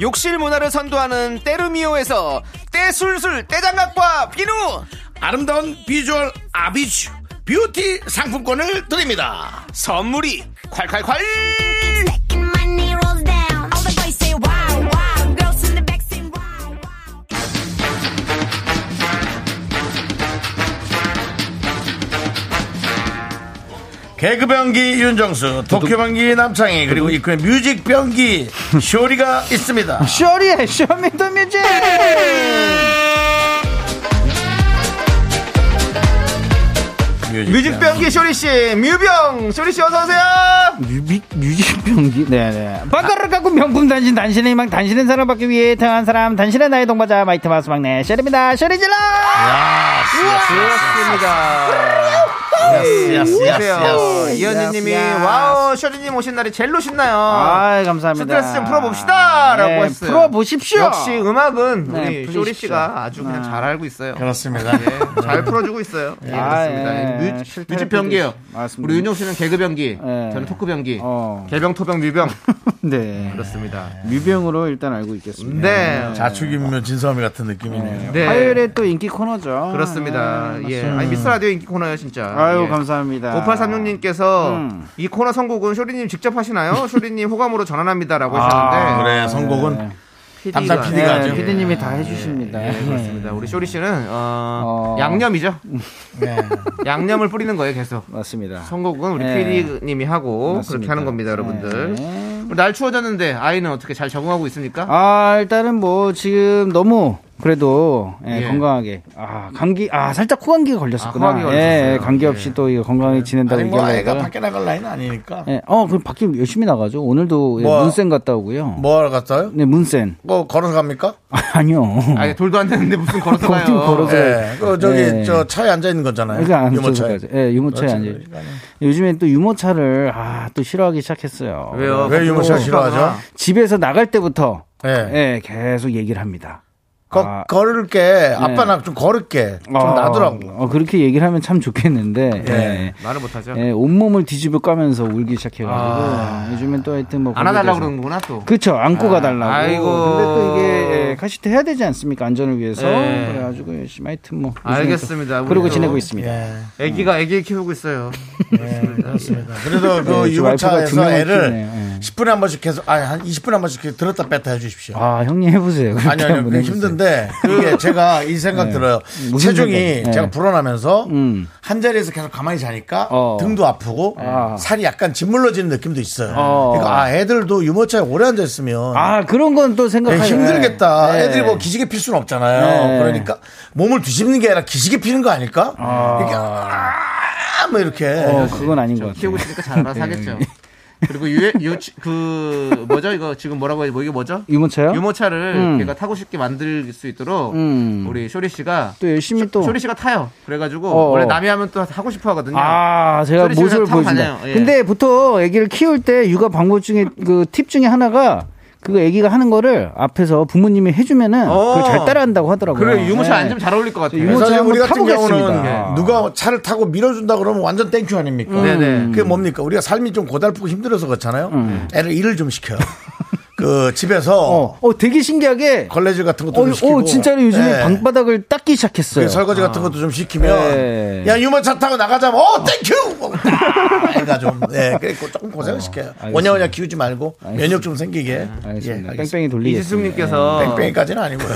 Speaker 2: 욕실 문화를 선도하는 때르미오에서 때술술 때장갑과 비누
Speaker 1: 아름다운 비주얼 아비쥬 뷰티 상품권을 드립니다.
Speaker 2: 선물이 콸콸콸
Speaker 5: Second money rolls down. All the boys say wow, wow. Girls in the back say wow, wow.
Speaker 1: 개그병기 윤정수, 도쿄병기 남창희, 그리고 이코의 *laughs* 뮤직병기 쇼리가 있습니다.
Speaker 2: 쇼리의 쇼미더뮤직 뮤직병기 쇼리씨 뮤병 쇼리씨 어서오세요
Speaker 7: 뮤직, 뮤직병기? 네네. 바가를 갖고 명품 단신, 단신의 희망, 단신은 사랑받기 위해 태어난 사람, 단신의 나의 동반자, 마이트 마스 막내, 셔리입니다. 셔리질러!
Speaker 1: 야,
Speaker 2: 좋습니다
Speaker 1: 야스, 야스, 야스.
Speaker 2: 그래요. 예. 이현진님이
Speaker 7: 야스.
Speaker 2: 와우 쇼리님 오신 날이 젤로 신나요.
Speaker 7: 아, 감사합니다.
Speaker 2: 스트레스 좀 풀어봅시다라고
Speaker 7: 네,
Speaker 2: 했어요.
Speaker 7: 풀어보십시오.
Speaker 2: 역시 음악은
Speaker 7: 네,
Speaker 2: 우리
Speaker 7: 풀리십시오. 네.
Speaker 2: 쇼리 씨가 아주 그냥 잘 알고 있어요. 예,
Speaker 1: 그렇습니다.
Speaker 2: 잘 풀어주고
Speaker 7: *laughs*
Speaker 2: 있어요. 예, 그렇습니다.
Speaker 7: 아, 예.
Speaker 2: 뮤-
Speaker 7: 실패
Speaker 2: 뮤직 병기예요.
Speaker 7: 맞습니다.
Speaker 2: 우리 윤종 씨는 개그 병기,
Speaker 7: 예.
Speaker 2: 저는 토크 병기,
Speaker 7: 어.
Speaker 2: 개병 토병
Speaker 7: *laughs*
Speaker 2: 뮤병
Speaker 7: 네.
Speaker 2: 그렇습니다.
Speaker 7: 뮤병으로 일단 알고 있겠습니다.
Speaker 2: 네,
Speaker 1: 자축이면 진섬이 같은 느낌이네요.
Speaker 2: 네.
Speaker 7: 화요일에 또 인기 코너죠.
Speaker 2: 그렇습니다.
Speaker 7: 네,
Speaker 2: 예,
Speaker 7: 맞습니다.
Speaker 2: 아니 미스 라디오 인기 코너예요 진짜.
Speaker 7: 아유
Speaker 2: 예.
Speaker 7: 감사합니다.
Speaker 2: 5836님께서
Speaker 7: 음.
Speaker 2: 이 코너 선곡은 쇼리님 직접
Speaker 7: *laughs*
Speaker 2: 하시나요? 쇼리님 호감으로 전환합니다라고
Speaker 7: 아,
Speaker 2: 하셨는데
Speaker 1: 그래, 선곡은
Speaker 2: PD가, 네.
Speaker 1: 담당 PD 가 하죠.
Speaker 7: PD님이 네, 다 해주십니다.
Speaker 2: 예, 그렇습니다. 우리 쇼리 씨는 어,
Speaker 7: 네. 어. 네.
Speaker 2: 양념이죠. *laughs* 양념을 뿌리는 거예요 계속.
Speaker 7: 맞습니다.
Speaker 2: 선곡은 우리
Speaker 7: 예.
Speaker 2: PD님이 하고
Speaker 7: 맞습니다.
Speaker 2: 그렇게 하는 겁니다, 여러분들.
Speaker 7: 네.
Speaker 2: 우리 날 추워졌는데 아이는 어떻게 잘 적응하고 있습니까?
Speaker 7: 아 일단은 뭐 지금 너무 그래도 예,
Speaker 2: 예.
Speaker 7: 건강하게 아 감기 아 살짝 코감기가 걸렸었구나.
Speaker 2: 아, 코감기가
Speaker 7: 예,
Speaker 2: 걸렸었어요.
Speaker 7: 감기 없이 또 이거 건강하게 지낸다고
Speaker 1: 아니, 뭐,
Speaker 7: 얘기하려다가.
Speaker 1: 애가 밖에 나갈 라인 아니니까.
Speaker 7: 예, 어 그럼 밖에 열심히 나가죠. 오늘도 예,
Speaker 1: 뭐-
Speaker 7: 문센 갔다 오고요.
Speaker 1: 뭐 하러 갔어요?
Speaker 7: 네 문센 *laughs*
Speaker 1: 뭐, 걸어서 갑니까?
Speaker 7: 아니요. *laughs*
Speaker 2: 아니, 돌도 안 되는데 무슨 걸어서 가요.
Speaker 7: 어떻게 걸어서
Speaker 1: 예. 그, 저기,
Speaker 7: 예.
Speaker 1: 저, 차에 앉아있는 거잖아요.
Speaker 7: 그러니까 안
Speaker 1: 유모차에.
Speaker 7: 예, 유모차에 아니. 요즘엔 또 유모차를 아 또 싫어하기 시작했어요.
Speaker 2: 왜요?
Speaker 1: 왜 유모차
Speaker 2: 어,
Speaker 1: 싫어하죠?
Speaker 7: 집에서 나갈 때부터
Speaker 2: 네.
Speaker 1: 예.
Speaker 7: 예, 계속 얘기를 합니다.
Speaker 1: 거-
Speaker 7: 아.
Speaker 1: 걸을게. 아빠 나 좀 걸을게. 좀
Speaker 7: 아,
Speaker 1: 나더라고.
Speaker 7: 어, 그렇게 얘기를 하면 참 좋겠는데. 예.
Speaker 2: 말을 못하죠.
Speaker 7: 예, 온몸을 뒤집어 까면서 울기 시작해가지고 요즘엔 또 하여튼 뭐
Speaker 2: 아. 안아달라고 그러는구나, 또.
Speaker 7: 그쵸 안고 가달라고
Speaker 2: 아이고.
Speaker 7: 근데 또 이게 예, 카시트 해야 되지 않습니까 안전을 위해서
Speaker 2: 예.
Speaker 7: 그래가지고 열심히 하여튼 뭐 요즘엔
Speaker 2: 알겠습니다.
Speaker 7: 또 그러고
Speaker 2: 우리
Speaker 7: 지내고
Speaker 2: 또
Speaker 7: 있습니다
Speaker 1: 예.
Speaker 2: 애기가 애기 키우고 있어요.
Speaker 7: 네,
Speaker 1: 그렇습니다. 그래서
Speaker 7: 예,
Speaker 1: 그
Speaker 7: 저 와이프가 두
Speaker 1: 유모차에서
Speaker 7: 명을
Speaker 1: 애를
Speaker 7: 키우네요. 예.
Speaker 1: 10분에 한 번씩 계속, 아니, 한 20분에 한 번씩 이렇게 들었다 뺐다 해주십시오.
Speaker 7: 아 형님 해보세요 그렇게
Speaker 1: 아니요, 아니요.
Speaker 7: 한번
Speaker 1: 그게
Speaker 7: 해보세요. 네.
Speaker 1: 힘든데, 이게 제가 이 생각 들어요.
Speaker 7: 무슨
Speaker 1: 체중이
Speaker 7: 생각? 예.
Speaker 1: 제가 불어나면서,
Speaker 7: 음.
Speaker 1: 한 자리에서 계속 가만히 자니까,
Speaker 7: 어.
Speaker 1: 등도 아프고,
Speaker 7: 아.
Speaker 1: 살이 약간 짓물러지는 느낌도 있어요.
Speaker 7: 어.
Speaker 1: 그러니까, 아, 애들도 유모차에 오래 앉아있으면,
Speaker 7: 아 그런 건 또
Speaker 1: 예,
Speaker 7: 생각하기
Speaker 1: 힘들겠다.
Speaker 7: 예.
Speaker 1: 애들이 뭐 기지개 필 수는 없잖아요.
Speaker 7: 예.
Speaker 1: 그러니까, 몸을 뒤집는 게 아니라 기지개 피는 거 아닐까? 이렇게, 아, 뭐 이렇게.
Speaker 7: 어 그건 아닌 것 같아요
Speaker 2: 키우고 있으니까 잘 알아서
Speaker 7: 예,
Speaker 2: 하겠죠. 그리고 유, 유, 그, 뭐죠? 이거 지금 뭐라고 해야, 뭐 이게 뭐죠?
Speaker 7: 유모차요?
Speaker 2: 유모차를
Speaker 7: 음.
Speaker 2: 걔가 타고 싶게 만들 수 있도록
Speaker 7: 음.
Speaker 2: 우리 쇼리 씨가
Speaker 7: 또 열심히 또
Speaker 2: 쇼리 씨가 타요. 그래가지고
Speaker 7: 어,
Speaker 2: 원래
Speaker 7: 어.
Speaker 2: 남이 하면 또 하고 싶어 하거든요.
Speaker 7: 아, 제가
Speaker 2: 소리 지르면서
Speaker 7: 모습을
Speaker 2: 타고
Speaker 7: 보여준다.
Speaker 2: 다녀요. 예.
Speaker 7: 근데 보통 아기를 키울 때 육아 방법 중에 그 팁 중에 하나가 그거 아기가 하는 거를 앞에서 부모님이 해주면은
Speaker 2: 어.
Speaker 7: 그걸 잘 따라한다고 하더라고요.
Speaker 2: 그래 유모차
Speaker 7: 네.
Speaker 2: 앉으면 잘 어울릴 것 같아요.
Speaker 7: 유모차
Speaker 1: 그래서
Speaker 7: 한번
Speaker 1: 우리 같은
Speaker 7: 타보겠습니다.
Speaker 1: 경우는 네. 누가 차를 타고 밀어준다 그러면 완전 땡큐 아닙니까?
Speaker 7: 음.
Speaker 2: 네네.
Speaker 1: 그게 뭡니까? 우리가 삶이 좀 고달프고 힘들어서 그렇잖아요. 애를 일을 좀
Speaker 7: *laughs*
Speaker 1: 시켜요. 그 집에서
Speaker 7: 음. 어, 어, 되게 신기하게.
Speaker 1: 걸레질 같은 것도
Speaker 7: 어,
Speaker 1: 좀 시키고.
Speaker 7: 어, 진짜로 요즘에
Speaker 1: 예.
Speaker 7: 방바닥을 닦기
Speaker 1: 그
Speaker 7: 시작했어요.
Speaker 1: 설거지
Speaker 7: 아.
Speaker 1: 같은 것도 좀 시키면
Speaker 7: 예.
Speaker 1: 야 유모차 타고 나가자면 어 땡큐 애가좀 예, 그래 조금
Speaker 7: 어,
Speaker 1: 고생을 시켜요 원냐원냐 키우지 말고 면역 좀 생기게
Speaker 7: 네, 알겠습니다.
Speaker 1: 예, 알겠습니다.
Speaker 7: 뺑뺑이 돌리겠습니다. 네,
Speaker 2: 이지숙님께서
Speaker 1: 뺑뺑이까지는 아니고요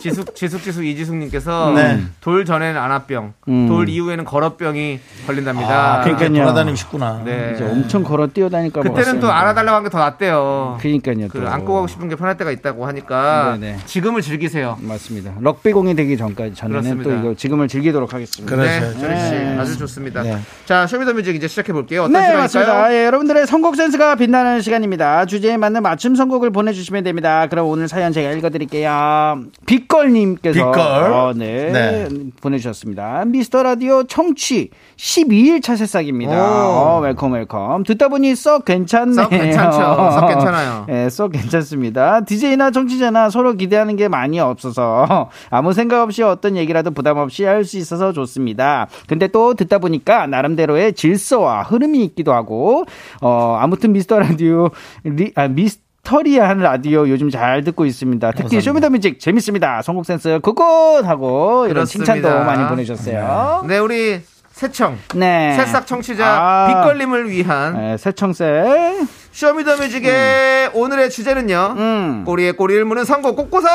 Speaker 2: 지숙 지숙 지숙
Speaker 7: 음.
Speaker 2: 이지숙님께서
Speaker 1: 네.
Speaker 2: 돌 전에는 안압병, 돌 이후에는 걸어병이 걸린답니다.
Speaker 7: 아, 그러니까요.
Speaker 1: 돌아다니고 싶구나
Speaker 2: 네.
Speaker 7: 이제 엄청 걸어 뛰어다니까
Speaker 2: 그때는 또 안아달라고 한 게 더 낫대요.
Speaker 7: 음, 그니까요.
Speaker 2: 그 안고 가고 싶은 게 편할 때가 있다고 하니까
Speaker 7: 네네.
Speaker 2: 지금을 즐기세요.
Speaker 7: 맞습니다. 럭비공이 되기 전까지 저는
Speaker 2: 그렇습니다.
Speaker 7: 또 이거 지금을 즐기도록 하겠습니다.
Speaker 2: 네,
Speaker 1: 그러세요.
Speaker 2: 조리 씨 아주 좋습니다.
Speaker 7: 네.
Speaker 2: 자, 쇼미더뮤직 이제 시작해 볼게요. 어떤
Speaker 7: 네,
Speaker 2: 시간일까요?
Speaker 7: 맞습니다. 예, 여러분들의 선곡 센스가 빛나는 시간입니다. 주제에 맞는 맞춤 선곡을 보내주시면 됩니다. 그럼 오늘 사연 제가 읽어드릴게요. 빗걸님께서
Speaker 1: 빗걸.
Speaker 7: 어, 네,
Speaker 1: 네.
Speaker 7: 보내주셨습니다. 미스터 라디오 청취 12일차 새싹입니다.
Speaker 2: 오.
Speaker 7: 어, 웰컴 웰컴. 듣다 보니 썩 괜찮네요.
Speaker 2: 썩 괜찮죠. 썩 괜찮아요.
Speaker 7: 예, 썩 괜찮습니다. DJ나 정치자나 서로 기대하는 게 많이 없어서 *laughs* 아무 생각 없이 어떤 얘기라도 부담 없이 할 수 있어서 좋습니다. 근데 또 듣다 보니까 나름대로의 질서와 흐름이 있기도 하고 어 아무튼 미스터 라디오 리, 아 미스 터리한 라디오 요즘 잘 듣고 있습니다. 특히 쇼미더뮤직 재밌습니다. 선곡 센스 그건 하고 이런
Speaker 2: 그렇습니다.
Speaker 7: 칭찬도 많이 보내주셨어요.
Speaker 2: 네, 우리 세청.
Speaker 7: 네.
Speaker 2: 새싹 청취자
Speaker 7: 아.
Speaker 2: 빗걸림을 위한
Speaker 7: 네, 새청새.
Speaker 2: 쇼미더뮤직의 오늘의 주제는요.
Speaker 7: 음.
Speaker 2: 꼬리에 꼬리를 무는 선곡 꼬꼬서.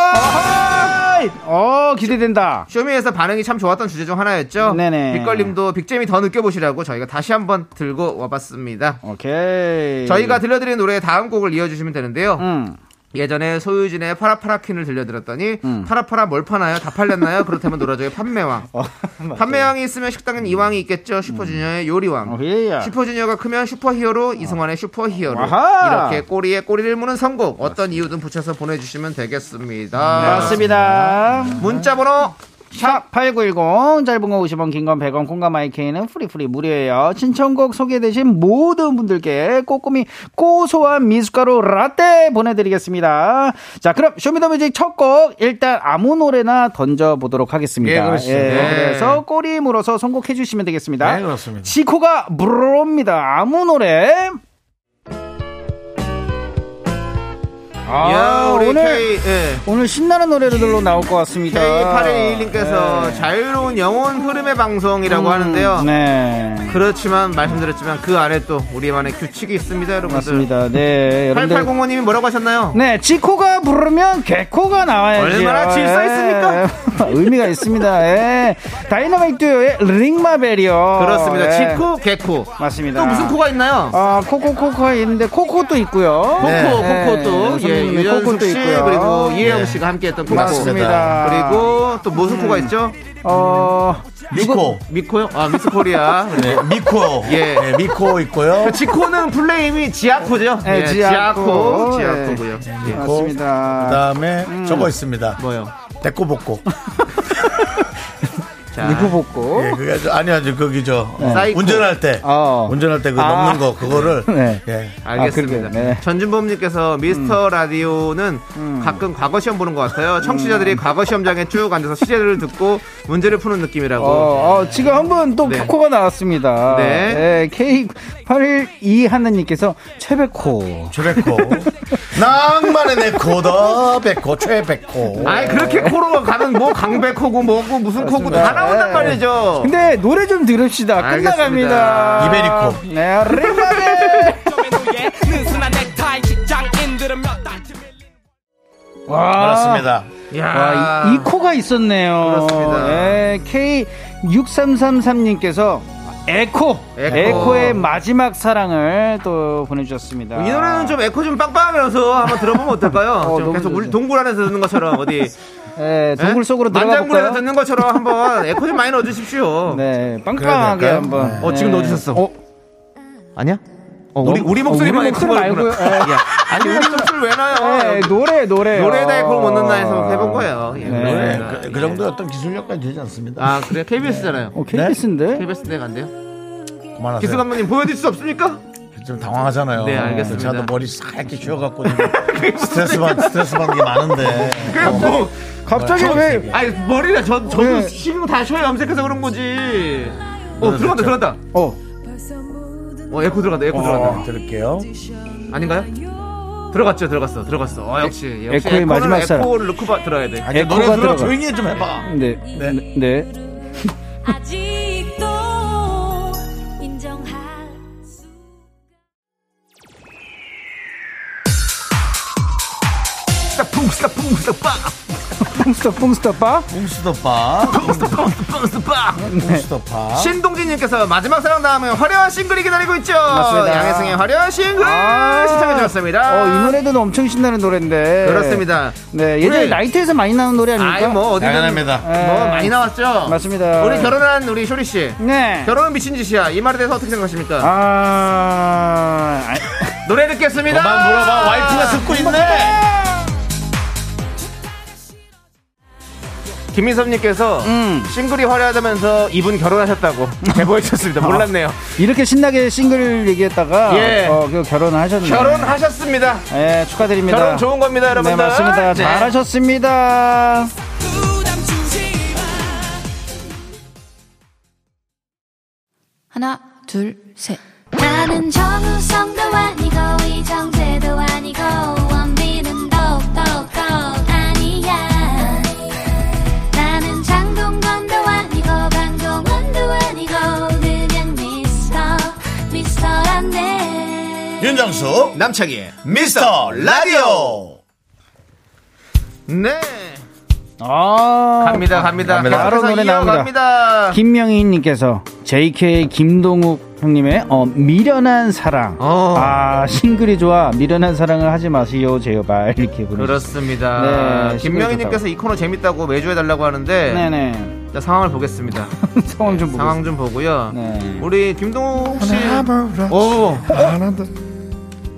Speaker 7: 어 기대된다.
Speaker 2: 쇼미에서 반응이 참 좋았던 주제 중 하나였죠.
Speaker 7: 네네.
Speaker 2: 빅걸님도 빅잼이 더 느껴보시라고 저희가 다시 한번 들고 와봤습니다.
Speaker 7: 오케이.
Speaker 2: 저희가 들려드린 노래의 다음 곡을 이어주시면 되는데요.
Speaker 7: 네. 음.
Speaker 2: 예전에 소유진의 파라파라 퀸을 들려드렸더니
Speaker 7: 음.
Speaker 2: 파라파라 뭘 파나요? 다 팔렸나요? 그렇다면 놀아줘요
Speaker 7: *laughs*
Speaker 2: 판매왕.
Speaker 7: 어,
Speaker 2: 판매왕이 있으면 식당엔 이왕이 있겠죠.
Speaker 7: 음.
Speaker 2: 슈퍼주니어의 요리왕.
Speaker 7: 오케이야.
Speaker 2: 슈퍼주니어가 크면 슈퍼히어로 이승환의 슈퍼히어로
Speaker 7: 와하.
Speaker 2: 이렇게 꼬리에 꼬리를 무는 선곡
Speaker 7: 네,
Speaker 2: 어떤 이유든 붙여서 보내주시면 되겠습니다.
Speaker 7: 맞습니다.
Speaker 2: 문자번호
Speaker 7: 샵8910 짧은 거 50원 긴 건 100원 콩과 마이케이는 프리프리 무료예요 신청곡 소개되신 모든 분들께 꼬꼬미 고소한 미숫가루 라떼 보내드리겠습니다 자 그럼 쇼미더뮤직 첫 곡 일단 아무 노래나 던져보도록 하겠습니다
Speaker 1: 예, 그렇습니다. 네.
Speaker 7: 그래서 꼬리 물어서 선곡해 주시면 되겠습니다
Speaker 1: 네, 그렇습니다.
Speaker 7: 지코가 부릅니다 아무 노래 아,
Speaker 2: 야, 우리 K, 예.
Speaker 7: 오늘 신나는 노래들로 나올 것 같습니다.
Speaker 2: K8121님께서
Speaker 7: 네. 음,
Speaker 2: 자유로운 영혼 흐름의 방송이라고 하는데요.
Speaker 7: 네.
Speaker 2: 그렇지만 말씀드렸지만 그 안에 또 우리만의 규칙이 있습니다, 여러분들.
Speaker 7: 맞습니다. 네. 여러분들.
Speaker 2: 8805님이 뭐라고 하셨나요?
Speaker 7: 네, 지코가 부르면 개코가 나와야지. 아, 예.
Speaker 2: 얼마나 질서 있습니까?
Speaker 7: *laughs* 의미가 있습니다. 예. 다이나믹 듀오의 링마벨이요.
Speaker 2: 그렇습니다.
Speaker 7: 예.
Speaker 2: 지코, 개코.
Speaker 7: 맞습니다.
Speaker 2: 또 무슨 코가 있나요?
Speaker 7: 아, 코코코코가 있는데 코코도 있고요.
Speaker 2: 코코,
Speaker 7: 네.
Speaker 2: 코코도 예,
Speaker 7: 선생님의
Speaker 2: 유연숙 씨 그리고 예. 이혜영
Speaker 1: 네.
Speaker 2: 씨가 함께했던 코코
Speaker 7: 예. 맞습니다. 음.
Speaker 2: 그리고 또 무슨 코가 있죠?
Speaker 7: 어,
Speaker 1: 미코.
Speaker 2: 미코요? 아 미스
Speaker 7: *laughs*
Speaker 2: 코리아.
Speaker 1: 네, 미코.
Speaker 2: 예.
Speaker 1: 네, 미코 있고요.
Speaker 2: 지코는 플레임이 지아코죠?
Speaker 7: 네,
Speaker 2: 예, 지아코,
Speaker 7: 지아코.
Speaker 2: 지아코고요. 예.
Speaker 7: 맞습니다.
Speaker 1: 그다음에 저거 있습니다.
Speaker 2: 뭐요?
Speaker 1: 데꼬복고.
Speaker 2: 자,
Speaker 7: 니코 복고.
Speaker 1: 예, 그게 아주- 아니요, 아주 거기 저 어,
Speaker 2: 사이코.
Speaker 1: 운전할 때
Speaker 7: 네. 어.
Speaker 1: 운전할 때 그
Speaker 7: 아.
Speaker 1: 넘는 거 그거를
Speaker 7: *laughs* 네.
Speaker 1: 예.
Speaker 2: 알겠습니다.
Speaker 7: 아, 그러게요. 네. 음.
Speaker 2: 전준범님께서 미스터 라디오는 가끔 과거 시험 보는 것 같아요. 청취자들이 과거 시험장에 쭉 앉아서 시제를 듣고 문제를 푸는 느낌이라고.
Speaker 7: 어, 어, 지금 한 번 또
Speaker 2: 네.
Speaker 7: 코코가 나왔습니다.
Speaker 2: 네.
Speaker 7: 네. K812 하나님께서 최백호.
Speaker 2: *laughs*
Speaker 1: 최백호. 낭만의 내 코더 백호 최백호.
Speaker 2: 아니 그렇게 코로 가면 뭐 강백호고 뭐고 무슨 코고 다 나온단 말이죠.
Speaker 7: 네. 근데 노래 좀 들읍시다. 끝나갑니다.
Speaker 1: 알겠습니다.
Speaker 7: 네, 링마벨.
Speaker 2: *laughs*
Speaker 7: 와,
Speaker 1: 그렇습니다.
Speaker 2: 야.
Speaker 7: 와, 아, 이, 이 코가 있었네요.
Speaker 2: 그렇습니다.
Speaker 7: 네, K6333님께서 에코,
Speaker 2: 에코.
Speaker 7: 에코. 의 마지막 사랑을 또 보내주셨습니다.
Speaker 2: 이 노래는 좀 에코 좀 빵빵하면서 한번 들어보면 어떨까요?
Speaker 7: 어,
Speaker 2: 좀
Speaker 7: 너무
Speaker 2: 계속 울-
Speaker 7: 좋죠.
Speaker 2: 동굴 안에서 듣는 것처럼 어디
Speaker 7: 예, 동굴 속으로 들어가
Speaker 2: 네? 만장굴에서
Speaker 7: 볼까요?
Speaker 2: 듣는 것처럼 한번 에코 좀 많이 넣어주십시오.
Speaker 7: 네, 빵빵하게
Speaker 1: 그래야 될까요?
Speaker 7: 한번.
Speaker 1: 네.
Speaker 2: 어 지금
Speaker 7: 네.
Speaker 2: 넣어주셨어.
Speaker 7: 어,
Speaker 2: 아니야? 우리 우리 목소리만
Speaker 7: 우리
Speaker 2: 에코
Speaker 7: 목소리
Speaker 2: 넣었구나.
Speaker 7: 말고요.
Speaker 2: 야, 아니 우리 목소리 왜 넣어요?
Speaker 7: 네, 노래 어, 노래
Speaker 2: 노래에다 에코를 못 넣나 해서 해본 거예요. 예,
Speaker 1: 네,
Speaker 2: 그렇습니다.
Speaker 1: 그,
Speaker 2: 예.
Speaker 1: 그 정도 어떤 기술력까지 되지 않습니다.
Speaker 2: 아 그래 KBS잖아요.
Speaker 7: 어, KBS인데
Speaker 2: KBS 내가 안 돼요?
Speaker 1: 그만하세요.
Speaker 2: 기수 감독님 보여드릴 수 없습니까?
Speaker 1: 좀 당황하잖아요.
Speaker 2: 네, 알겠습니다. 네. 그
Speaker 1: 저도 머리 싹게 쥐어갖고
Speaker 2: *laughs*
Speaker 1: 지금 스트레스 받 스트레스 받는 게 많은데.
Speaker 2: 그래 뭐
Speaker 7: 어, 갑자기 왜
Speaker 2: 아니 머리가 저 저도
Speaker 7: 네.
Speaker 2: 쉬는 거다 쉬어요 염색해서 그런 거지. 어
Speaker 1: 그렇죠.
Speaker 2: 들어간다 들어간다.
Speaker 7: 어.
Speaker 2: 어 에코 들어간다 에코
Speaker 1: 어,
Speaker 2: 들어간다.
Speaker 1: 들을게요.
Speaker 2: 아닌가요? 들어갔죠 들어갔어 들어갔어. 어 역시 역시
Speaker 7: 에코의
Speaker 2: 에코는
Speaker 7: 마지막 사랑.
Speaker 2: 에코를 넣고 봐- 그 들어야 돼.
Speaker 1: 아니,
Speaker 7: 에코가
Speaker 1: 노래 들어
Speaker 7: 들어가.
Speaker 1: 조용히 좀 해봐.
Speaker 7: 네.
Speaker 1: 네.
Speaker 7: 네. 네.
Speaker 5: *laughs* 아직도 인정할 수
Speaker 2: 스타풍 스타풍 스타빵
Speaker 7: 뽕스톱 뽕스톱 빠.
Speaker 1: 웅수더파.
Speaker 2: 스타빵 스타빵 스타빵.
Speaker 1: 웅수더파.
Speaker 2: 아. 신동진님께서 마지막 사랑 다음에 화려한 싱글이 기다리고 있죠.
Speaker 7: 맞습니다.
Speaker 2: 양혜승의 화려한 싱글
Speaker 7: 아.
Speaker 2: 시청해 주셨습니다.
Speaker 7: 어, 이 노래도 엄청 신나는 노래인데.
Speaker 2: 그렇습니다.
Speaker 7: 네, 예전에
Speaker 2: 우리-
Speaker 7: 나이트에서 많이 나오는 노래 아닙니까?
Speaker 2: 아예 뭐 어디든
Speaker 1: 당연합니다.
Speaker 2: 뭐
Speaker 7: 예.
Speaker 2: 많이 나왔죠.
Speaker 7: 그러니까? 맞습니다.
Speaker 2: 우리 결혼한 우리 쇼리 씨.
Speaker 7: 네.
Speaker 2: 결혼은 미친 짓이야. 이 말에 대해서 어떻게 생각하십니까?
Speaker 7: 아. 아니,
Speaker 2: 노래 듣겠습니다.
Speaker 1: 그만
Speaker 2: 아.
Speaker 1: 물어봐. 와이프가 듣고 있네.
Speaker 2: 김민섭님께서
Speaker 7: 음.
Speaker 2: 싱글이 화려하다면서 이분 *laughs* 결혼하셨다고 네, 어. 제보해 주셨습니다. 몰랐네요.
Speaker 7: 이렇게 신나게 싱글 얘기했다가
Speaker 2: 예.
Speaker 7: 어, 그 결혼을 하셨네요.
Speaker 2: 결혼하셨습니다.
Speaker 7: 예, 축하드립니다.
Speaker 2: 결혼 좋은 네. 겁니다,
Speaker 7: 네,
Speaker 2: 여러분들.
Speaker 7: 맞습니다.
Speaker 2: 네.
Speaker 7: 잘하셨습니다.
Speaker 8: 하나, 둘, 셋.
Speaker 5: 나는 정우성도 아니고 이정재도 아니고 원빈은 더욱더 아니야 나는 장동건도 아니고 강동원도 아니고 그냥 미스터 미스터란데
Speaker 1: 윤정수
Speaker 2: 남창희.
Speaker 1: 미스터 라디오.
Speaker 2: 네.
Speaker 7: 아,
Speaker 2: 갑니다, 갑니다.
Speaker 1: 갑니다.
Speaker 2: 계속해서
Speaker 7: 바로 노래 나옵니다.
Speaker 2: 이어갑니다.
Speaker 7: 김명희님께서 JK 김동욱 형님의 어, 미련한 사랑.
Speaker 2: 어.
Speaker 7: 아 싱글이 좋아 미련한 사랑을 하지 마세요 제발 이렇게 부르.
Speaker 2: 그렇습니다.
Speaker 7: 네,
Speaker 2: 김명희님께서 이 코너 재밌다고 매주 해달라고 하는데
Speaker 7: 네네.
Speaker 2: 일단 상황을 *laughs* 보겠습니다.
Speaker 7: *laughs* 상황 좀 보고.
Speaker 2: 상황 좀 보고요.
Speaker 7: 네.
Speaker 2: 우리 김동욱 씨, 오
Speaker 3: 하나도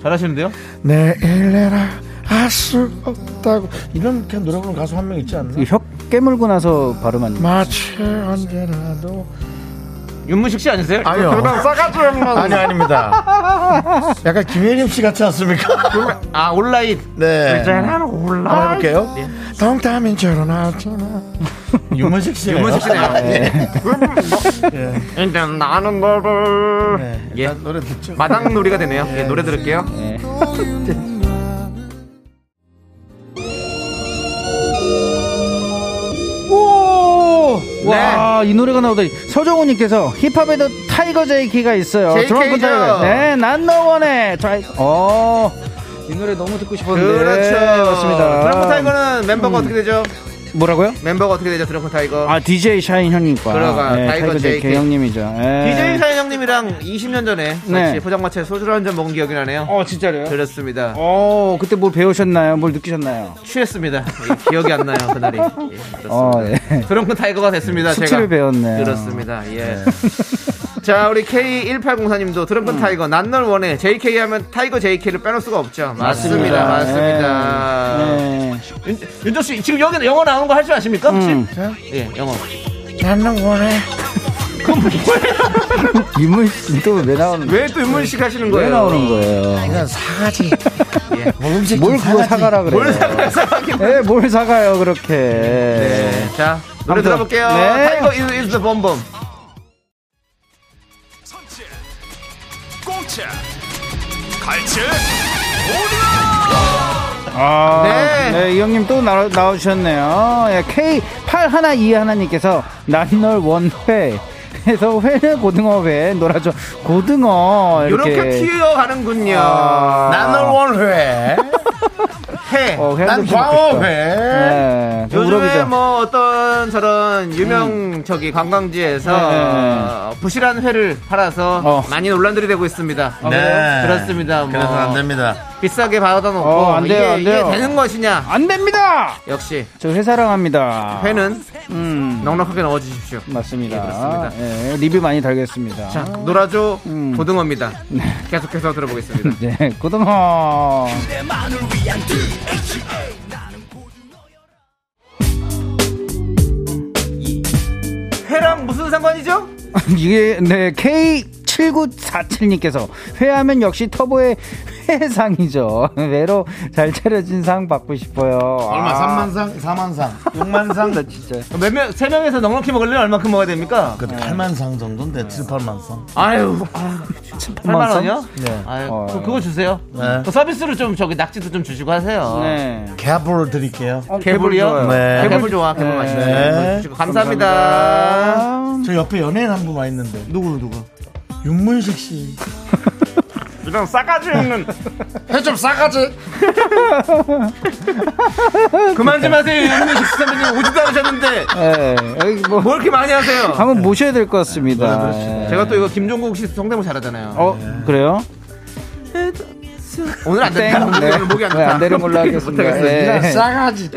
Speaker 2: 잘하시는데요?
Speaker 3: 내일 내라 할수 없다고
Speaker 1: 이런 이렇게 노래 부르는 가수 한 명 있지 않나?
Speaker 7: 혁 깨물고 나서 발음한
Speaker 1: 마치 언제라도
Speaker 2: 윤문식 씨 아니세요?
Speaker 1: 아니요.
Speaker 2: 그냥 싸가지 없는
Speaker 1: 아니 아닙니다. 약간 김혜림 씨 같지 않습니까?
Speaker 2: 아 온라인
Speaker 1: *laughs* 네.
Speaker 2: 짠 온라인
Speaker 1: 한번 해볼게요. 동타민 네. 결혼하잖아. 윤문식 씨.
Speaker 2: 윤문식 씨네요.
Speaker 7: 뭐,
Speaker 2: 이제 나는 너를
Speaker 7: 네.
Speaker 1: 네,
Speaker 2: 예.
Speaker 1: 일단 노래 듣죠.
Speaker 2: 마당 놀이가 되네요. 예, 노래 들을게요.
Speaker 7: 오! 와,
Speaker 2: 네.
Speaker 7: 이 노래가 나오다니. 서정우님께서 힙합에도 타이거 제이키가 있어요.
Speaker 1: JK 죠.
Speaker 7: 드렁큰 타이거. 네, 난 너원의 타이거. 어, 이 노래 너무 듣고 싶었는데. 그렇죠. 맞습니다.
Speaker 2: 그렇죠. 네. 드렁큰 타이거는 멤버가 어떻게 되죠?
Speaker 7: 뭐라고요?
Speaker 2: 멤버가 어떻게 되죠? 드렁큰 타이거.
Speaker 7: 아, DJ 샤인 형님과.
Speaker 2: 들어가,
Speaker 7: 네,
Speaker 2: 타이거
Speaker 7: 타이거 제이키
Speaker 2: JK.
Speaker 7: 형님이죠. 예.
Speaker 2: DJ 사연 형님이랑 20년 전에 같이
Speaker 7: 네.
Speaker 2: 포장마차에 소주를 한 잔 먹은 기억이 나네요.
Speaker 7: 어, 진짜로요?
Speaker 2: 그렇습니다.
Speaker 7: 어, 그때 뭘 배우셨나요? 뭘 느끼셨나요?
Speaker 2: 취했습니다. 예, 기억이 안 나요 그날이. 예, 그렇습니다.
Speaker 7: 어, 예.
Speaker 2: 드렁큰 타이거가 됐습니다. 제가
Speaker 7: 수치를 배웠네요.
Speaker 2: 그렇습니다. 예. 자 우리 K1804님도 드렁큰
Speaker 7: 음.
Speaker 2: 타이거 난널 원해 JK 하면 타이거 JK를 빼놓을 수가 없죠. 맞습니다, 맞습니다.
Speaker 7: 네.
Speaker 2: 윤, 윤정 씨 지금 여기 영어 나오는 거 할 줄 아십니까? 혹시?
Speaker 7: 음.
Speaker 2: 예, 영어.
Speaker 1: 나는 원해.
Speaker 7: 이문 씨또왜 나오는 거예요?
Speaker 2: 왜 또 윤문 씨 하시는
Speaker 7: 왜
Speaker 2: 거예요?
Speaker 7: 나오는 거예요?
Speaker 1: 이건
Speaker 7: *laughs*
Speaker 1: 사가지.
Speaker 2: 예.
Speaker 1: 음식
Speaker 7: 뭘 그거 사가라 그래요?
Speaker 2: 뭘 사과요, 사과요?
Speaker 7: 예, 뭘 사가요, 그렇게.
Speaker 2: 네. 자, 노래
Speaker 7: 아무튼,
Speaker 2: 들어볼게요.
Speaker 7: 네.
Speaker 2: 타이거 is, is the bomb.
Speaker 9: 꽁치 갈치
Speaker 7: 아,
Speaker 2: 네.
Speaker 7: 네. 이 형님 또 나와, 나오셨네요. 예, K8121님께서 난 널 원회. 해서 회를 고등어회 놀아줘 고등어 이렇게,
Speaker 2: 이렇게 튀어가는군요.
Speaker 7: 아.
Speaker 1: 나는 원회.
Speaker 2: 해.
Speaker 7: 어, 회도
Speaker 1: 난
Speaker 7: 좋겠다.
Speaker 1: 광어회.
Speaker 7: 네, 그
Speaker 2: 요즘에
Speaker 7: 우럭이죠.
Speaker 2: 뭐 음. 어떤 저런 유명 저기 관광지에서
Speaker 7: 네, 네, 네.
Speaker 2: 어, 부실한 회를 팔아서
Speaker 7: 어.
Speaker 2: 많이 논란들이 되고 있습니다.
Speaker 1: 네.
Speaker 2: 아, 그렇습니다. 뭐
Speaker 1: 그래서 안 됩니다.
Speaker 2: 비싸게 받아 놓고
Speaker 7: 어, 안 돼요,
Speaker 2: 이게,
Speaker 7: 안 돼요.
Speaker 2: 이게 되는 것이냐?
Speaker 7: 안 됩니다.
Speaker 2: 역시
Speaker 7: 저 회사랑 합니다.
Speaker 2: 회는
Speaker 7: 음,
Speaker 2: 넉넉하게 넣어 주십시오.
Speaker 7: 맞습니다.
Speaker 2: 예, 그렇습니다.
Speaker 7: 예, 리뷰 많이 달겠습니다.
Speaker 2: 자, 놀아줘
Speaker 7: 음.
Speaker 2: 고등어입니다. 계속해서 들어보겠습니다.
Speaker 7: 네, 고등어.
Speaker 2: 회랑 무슨 상관이죠?
Speaker 7: *laughs* 이게 네 K7947님께서 회하면 역시 터보의 회상이죠. *laughs* 회로 잘 차려진 상 받고 싶어요.
Speaker 1: 얼마?
Speaker 7: 아,
Speaker 1: 3만 상, 4만 상, 6만 상.
Speaker 7: 나 진짜.
Speaker 2: *laughs* 몇 명, 세 명에서 넉넉히 먹으려면 얼마큼 먹어야 됩니까?
Speaker 1: 그 8만 상 정도인데 7, 8만 상.
Speaker 2: 아유, 아유 8만 원이요?
Speaker 1: 네.
Speaker 2: 아유,
Speaker 7: 어.
Speaker 2: 그, 그거 주세요.
Speaker 1: 네.
Speaker 2: 그 서비스로 좀 저기 낙지도 좀 주시고 하세요.
Speaker 7: 네.
Speaker 1: 갭으로 드릴게요.
Speaker 7: 어,
Speaker 2: 개불이요?
Speaker 7: 개불 좋아요.
Speaker 1: 네.
Speaker 2: 개불, 좋아, 개불
Speaker 7: 네.
Speaker 2: 맛있네.
Speaker 1: 네.
Speaker 2: 개불 주시고 감사합니다.
Speaker 1: 저 옆에 연예인 한 분 와 있는데. 누구, 누구? 윤문식 씨.
Speaker 2: *laughs* 이런 싸가지 없는.
Speaker 1: *laughs* 회좀 싸가지.
Speaker 2: 그만 좀 하세요, 윤민식 선배님. 오지도 않으셨는데.
Speaker 7: 예. 여기 뭐
Speaker 2: 뭘 이렇게 많이 *laughs* 하세요?
Speaker 7: 한번 모셔야 될 것 같습니다. 예.
Speaker 2: 제가 또 이거 김종국 씨 성대모 잘하잖아요.
Speaker 7: 어 그래요?
Speaker 2: 오늘 안
Speaker 7: 땡.
Speaker 2: 된다.
Speaker 7: 네.
Speaker 2: 오늘 목이 안
Speaker 7: 네,
Speaker 2: 된다.
Speaker 7: 안 되는 걸로 하겠습니다.
Speaker 2: 못하겠어요.
Speaker 7: 네.
Speaker 1: 싸가지.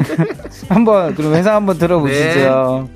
Speaker 7: 한번 그럼 회사 한번 들어보시죠.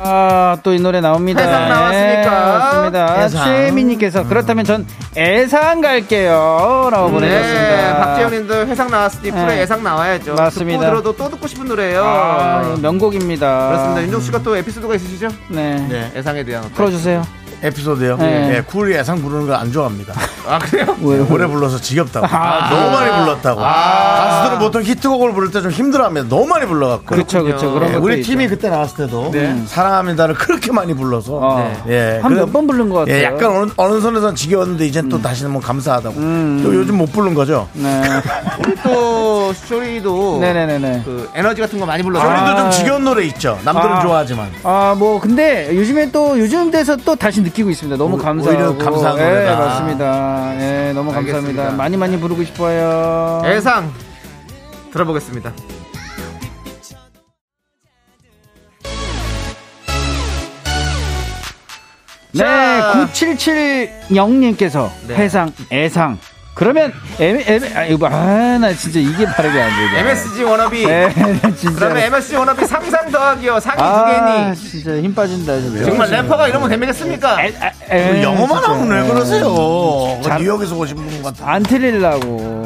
Speaker 7: 아, 또 이 노래 나옵니다.
Speaker 2: 해상 나왔으니까.
Speaker 7: 맞습니다.
Speaker 1: 해상.
Speaker 7: 최혜민님께서 그렇다면 전 애상 갈게요. 라고
Speaker 2: 네,
Speaker 7: 보내셨습니다.
Speaker 2: 박재현님도 회상 나왔으니
Speaker 7: 네.
Speaker 2: 프로에 예상 나와야죠.
Speaker 7: 맞습니다.
Speaker 2: 듣고 들어도 또 듣고 싶은 노래예요. 네.
Speaker 7: 아, 이거 명곡입니다.
Speaker 2: 그렇습니다. 윤종 씨가 또 에피소드가 있으시죠?
Speaker 7: 네.
Speaker 1: 네.
Speaker 2: 예상에 대한 어떤-
Speaker 7: 풀어주세요.
Speaker 1: 에피소드요.
Speaker 7: 네.
Speaker 1: 네. 쿨이 예상 부르는 거 안 좋아합니다.
Speaker 2: 아 그래요?
Speaker 7: 왜요? 아,
Speaker 1: 오래 불러서 지겹다고. 아, 너무 많이 불렀다고.
Speaker 2: 아.
Speaker 1: 가수들은 보통 히트곡을 부를 때 좀 힘들어합니다. 너무 많이 불러갖고.
Speaker 7: 그렇죠, 그렇죠. 그런
Speaker 1: 예,
Speaker 7: 것도
Speaker 1: 우리
Speaker 7: 있죠.
Speaker 1: 팀이 그때 나왔을 때도 사랑합니다를 그렇게 많이 불러서
Speaker 7: 어.
Speaker 1: 예,
Speaker 7: 한
Speaker 1: 그래-
Speaker 7: 몇 번 부른 것 같아요.
Speaker 1: 예, 약간 어느, 어느 선에선 지겨웠는데 이젠 또 다시는 뭐 감사하다고. 또 요즘 못 부른 거죠.
Speaker 7: 네.
Speaker 2: 우리 또 쇼리도
Speaker 7: 네네네네.
Speaker 2: 그 에너지 같은 거 많이 불러서
Speaker 1: 우리도
Speaker 7: 아.
Speaker 1: 좀 지겨운 노래 있죠. 남들은
Speaker 7: 아.
Speaker 1: 좋아하지만.
Speaker 7: 아, 뭐, 근데 요즘에 또 요즘 돼서 또 다시 느끼고 있습니다. 너무
Speaker 1: 오-
Speaker 7: 감사하고.
Speaker 1: 오히려 감사한
Speaker 7: 예,
Speaker 1: 노래다.
Speaker 7: 맞습니다. 예, 너무
Speaker 2: 알겠습니다.
Speaker 7: 감사합니다. 많이 많이 부르고 싶어요.
Speaker 2: 예상 들어보겠습니다.
Speaker 7: 네,
Speaker 2: 자.
Speaker 7: 9770님께서
Speaker 2: 네.
Speaker 7: 회상, 애상. 그러면, M, M, 아, 이거, 봐. 아, 나 진짜 이게 발음이 안 되네.
Speaker 2: MSG 워너비.
Speaker 7: 네, 나 진짜.
Speaker 2: 그러면 MSG 워너비 상상 더하기요. 상위
Speaker 7: 아,
Speaker 2: 두 개니.
Speaker 7: 진짜 힘 빠진다. 진짜.
Speaker 2: 정말 뭐 래퍼가 이러면 됩니까?
Speaker 7: 에, 에, 에,
Speaker 1: 영어만
Speaker 7: 네, 진짜.
Speaker 1: 하면 왜 그러세요?
Speaker 7: 잘-
Speaker 1: 뉴욕에서 오신 분 같아.
Speaker 7: 안 틀리려고.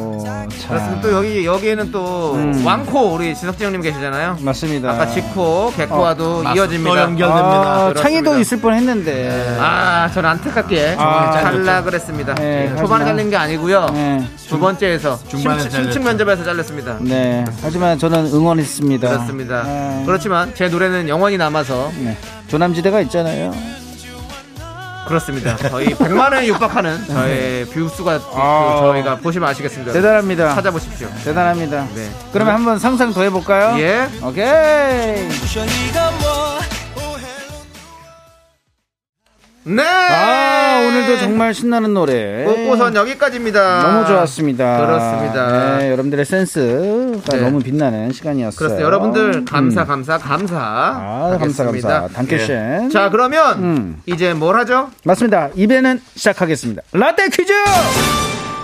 Speaker 2: 그렇습니다. 또 여기 여기에는 또
Speaker 7: 음.
Speaker 2: 왕코 우리 지석진 형님 계시잖아요.
Speaker 7: 맞습니다.
Speaker 2: 아까 지코 백코와도
Speaker 1: 맞습니다.
Speaker 2: 이어집니다.
Speaker 1: 또 연결됩니다.
Speaker 7: 아,
Speaker 2: 그렇습니다.
Speaker 7: 창의도 있을 뻔했는데.
Speaker 2: 아, 저는 안타깝게
Speaker 7: 아,
Speaker 2: 탈락을 했습니다.
Speaker 7: 네,
Speaker 2: 예, 초반에
Speaker 7: 하지만-
Speaker 2: 잘린 게 아니고요.
Speaker 7: 네.
Speaker 2: 두 번째에서
Speaker 1: 중반에 잘렸죠.
Speaker 2: 심층 면접에서 잘렸습니다.
Speaker 7: 네. 하지만 저는 응원했습니다.
Speaker 2: 그렇습니다.
Speaker 7: 네.
Speaker 2: 그렇지만 제 노래는 영원히 남아서
Speaker 7: 네. 조남지대가 있잖아요.
Speaker 2: 네. 그렇습니다. 거의 100만 원에 육박하는 저의 뷰수가 그
Speaker 7: 아.
Speaker 2: 저희가 보시면 아시겠습니다.
Speaker 7: 대단합니다.
Speaker 2: 찾아보십시오.
Speaker 7: 대단합니다.
Speaker 2: 네.
Speaker 7: 그러면 한번 상상 더 해볼까요?
Speaker 2: 예.
Speaker 7: 오케이.
Speaker 2: 네.
Speaker 7: 아, 오늘도 정말 신나는 노래.
Speaker 2: 꽃고선 여기까지입니다.
Speaker 7: 너무 좋았습니다.
Speaker 2: 그렇습니다.
Speaker 7: 네, 여러분들의
Speaker 2: 네.
Speaker 7: 센스가 너무 빛나는 시간이었어요.
Speaker 2: 그렇습니다. 여러분들 감사
Speaker 7: 음.
Speaker 2: 감사 감사.
Speaker 7: 아, 감사,
Speaker 2: 하겠습니다.
Speaker 7: 감사. 단케셴.
Speaker 2: 예. 자 그러면
Speaker 7: 음.
Speaker 2: 이제 뭘 하죠?
Speaker 7: 맞습니다. 2배는 시작하겠습니다. 라떼 퀴즈!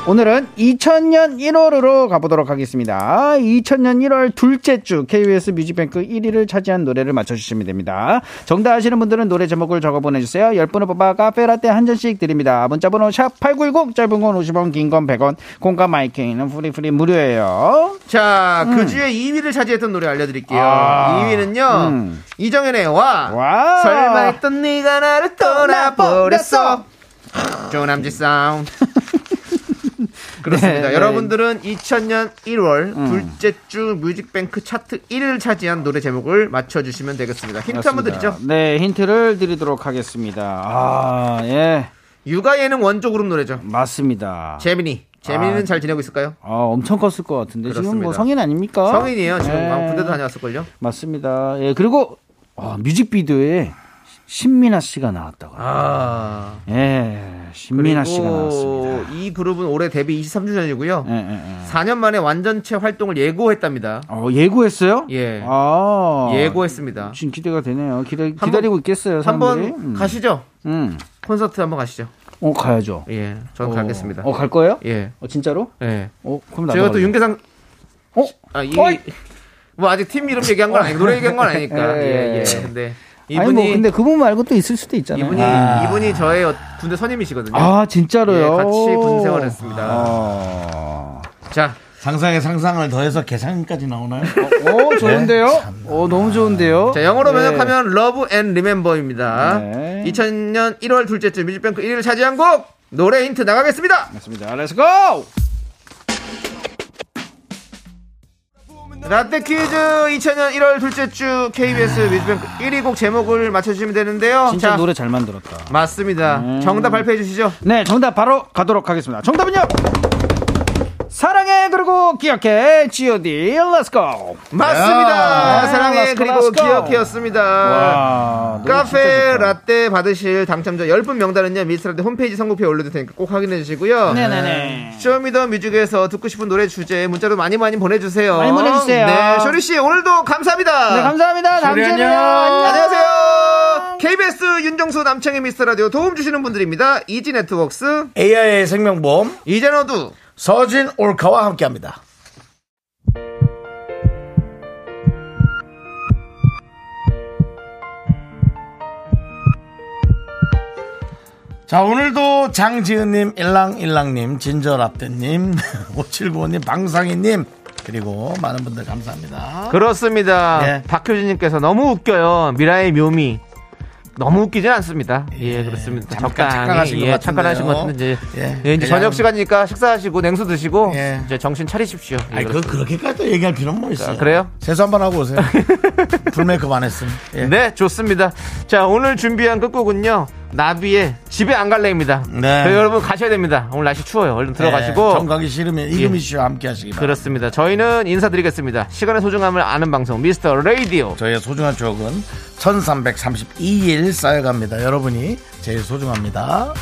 Speaker 7: 오늘은 2000년 1월으로 가보도록 하겠습니다. 2000년 1월 둘째 주 KBS 뮤직뱅크 1위를 차지한 노래를 맞춰주시면 됩니다. 정답 아시는 분들은 노래 제목을 적어 보내주세요. 10분을 뽑아 카페라떼 한 잔씩 드립니다. 문자번호 샵8910 짧은 건 50원 긴 건 100원 공과 마이케이는 프리프리 무료예요.
Speaker 2: 자, 그 주에 2위를 차지했던 노래 알려드릴게요.
Speaker 7: 음. 아.
Speaker 2: 2위는요,
Speaker 7: 음.
Speaker 2: 이정현의 와.
Speaker 7: 와.
Speaker 2: 설마 했던 네가 나를 떠나버렸어. 조남지 사운드. *laughs* 그렇습니다.
Speaker 7: 네, 네.
Speaker 2: 여러분들은 2000년 1월 둘째 주 뮤직뱅크 차트 1위를 차지한 노래 제목을 맞춰주시면 되겠습니다. 힌트 한번 드리죠.
Speaker 7: 네, 힌트를 드리도록 하겠습니다. 아, 예.
Speaker 2: 육아 예능 원조 그룹 노래죠.
Speaker 7: 맞습니다.
Speaker 2: 재민이. 재민이는
Speaker 7: 아.
Speaker 2: 잘 지내고 있을까요?
Speaker 7: 아, 엄청 컸을 것 같은데. 지금 뭐
Speaker 2: 그렇습니다.
Speaker 7: 성인 아닙니까?
Speaker 2: 성인이에요. 지금
Speaker 7: 예.
Speaker 2: 아마 군대도 다녀왔을걸요.
Speaker 7: 맞습니다. 예, 그리고 아, 뮤직비디오에 신민아 씨가 나왔다고. 합니다.
Speaker 2: 아.
Speaker 7: 예, 신민아 씨가
Speaker 2: 그리고
Speaker 7: 나왔습니다.
Speaker 2: 이 그룹은 올해 데뷔 23주년이고요.
Speaker 7: 예, 예, 예.
Speaker 2: 4년 만에 완전체 활동을 예고했답니다.
Speaker 7: 어, 예고했어요?
Speaker 2: 예.
Speaker 7: 아,
Speaker 2: 예고했습니다.
Speaker 7: 지금 기대가 되네요. 기다,
Speaker 2: 번-
Speaker 7: 기다리고 있겠어요.
Speaker 2: 한번
Speaker 7: 사람들이? 음.
Speaker 2: 가시죠.
Speaker 7: 음.
Speaker 2: 콘서트 한번 가시죠.
Speaker 7: 어, 가야죠.
Speaker 2: 예, 저는
Speaker 7: 어.
Speaker 2: 가겠습니다.
Speaker 7: 어, 갈 거예요?
Speaker 2: 예,
Speaker 7: 어, 진짜로?
Speaker 2: 예.
Speaker 7: 어, 그럼 나도.
Speaker 2: 제가 또
Speaker 7: 갈래요.
Speaker 2: 윤계상,
Speaker 7: 어?
Speaker 2: 아, 이,
Speaker 7: 어이!
Speaker 2: 뭐 아직 팀 이름 얘기한 건 아니고 노래 얘기한 건
Speaker 7: *laughs*
Speaker 2: 아니니까.
Speaker 7: 예,
Speaker 2: 예,
Speaker 7: 예.
Speaker 2: 예. 근데 이분이,
Speaker 7: 아니 뭐 근데 그분 말고 또 있을 수도 있잖아요.
Speaker 2: 이분이,
Speaker 7: 아,
Speaker 2: 이분이 저의 어- 군대 선임이시거든요.
Speaker 7: 아, 진짜로요?
Speaker 2: 예, 같이 군 생활했습니다.
Speaker 7: 아.
Speaker 2: 자,
Speaker 1: 상상에 상상을 더해서 계산까지
Speaker 7: *laughs*
Speaker 1: 나오나요?
Speaker 7: 오 어, 좋은데요? 오 너무 좋은데요?
Speaker 2: 자, 영어로
Speaker 7: 네.
Speaker 2: 번역하면 Love and Remember입니다.
Speaker 7: 네.
Speaker 2: 2000년 1월 둘째 주 뮤직뱅크 1위를 차지한 곡 노래 힌트 나가겠습니다.
Speaker 7: 맞습니다. Let's go.
Speaker 2: 라떼 퀴즈 2000년 1월 둘째 주 KBS 뮤직뱅크 1위 곡 제목을 맞춰주시면 되는데요.
Speaker 7: 진짜
Speaker 2: 자,
Speaker 7: 노래 음. 잘 만들었다.
Speaker 2: 맞습니다. 정답 발표해 주시죠.
Speaker 7: 네, 정답 바로 가도록 하겠습니다. 정답은요. 사랑해 그리고 기억해 G.O.D. Let's go.
Speaker 2: 맞습니다. 아,
Speaker 7: 야.
Speaker 2: 사랑해
Speaker 7: Let's go,
Speaker 2: 그리고
Speaker 7: let's go.
Speaker 2: 기억해였습니다.
Speaker 7: 와, 노래 진짜
Speaker 2: 카페
Speaker 7: 좋다.
Speaker 2: 라떼 받으실 당첨자 10분 명단은요. 미스라떼 홈페이지 선곡표에 올려둘 테니까 꼭 확인해 주시고요.
Speaker 7: 네네네.
Speaker 2: 쇼미더 뮤직에서 듣고 싶은 노래 주제 문자로 많이 많이 보내주세요.
Speaker 7: 많이 보내주세요.
Speaker 2: 네, 쇼리씨 오늘도 감사합니다.
Speaker 7: 네, 감사합니다. 다음 주에 봬요. 안녕.
Speaker 2: 안녕하세요. KBS 윤정수 남창희 미스터 라디오 도움 주시는 분들입니다. 이지 네트웍스,
Speaker 1: AI의 생명보험
Speaker 2: 이젠어두,
Speaker 1: 서진 올카와 함께합니다. 자 오늘도 장지은님, 일랑일랑님, 진저랍대님, *laughs* 5795님, 방상희님 그리고 많은 분들 감사합니다.
Speaker 2: 그렇습니다.
Speaker 1: 예.
Speaker 2: 박효진님께서 너무 웃겨요. 미라의 묘미. 너무 웃기진 않습니다. 예, 그렇습니다.
Speaker 1: 잠깐
Speaker 2: 적당히
Speaker 1: 착각하신 것
Speaker 2: 예, 착각하신 것
Speaker 1: 같은데요.
Speaker 2: 같은데
Speaker 1: 예,
Speaker 2: 이제, 예, 이제
Speaker 1: 그냥-
Speaker 2: 저녁 시간이니까 식사하시고 냉수 드시고
Speaker 1: 예.
Speaker 2: 이제 정신 차리십시오. 예,
Speaker 1: 아니 그
Speaker 2: 그렇습니다.
Speaker 1: 그렇게까지 또 얘기할 필요는 뭐 있어요?
Speaker 2: 아, 그래요?
Speaker 1: 세수 한번 하고
Speaker 2: *laughs*
Speaker 1: 오세요. 풀메이크업 안 했음. 예.
Speaker 2: 네, 좋습니다. 자, 오늘 준비한 끝곡은요. 나비의 집에 안 갈래입니다.
Speaker 1: 네.
Speaker 2: 저희 여러분 가셔야 됩니다. 오늘 날씨 추워요. 얼른
Speaker 1: 예,
Speaker 2: 들어가시고.
Speaker 1: 정 가기 싫으면 이금희 씨와 함께 하시기 바랍니다.
Speaker 2: 그렇습니다. 저희는 인사드리겠습니다. 시간의 소중함을 아는 방송 미스터 라디오.
Speaker 1: 네. 저희의 소중한 추억은 1332일 쌓여갑니다. 여러분이 제일 소중합니다.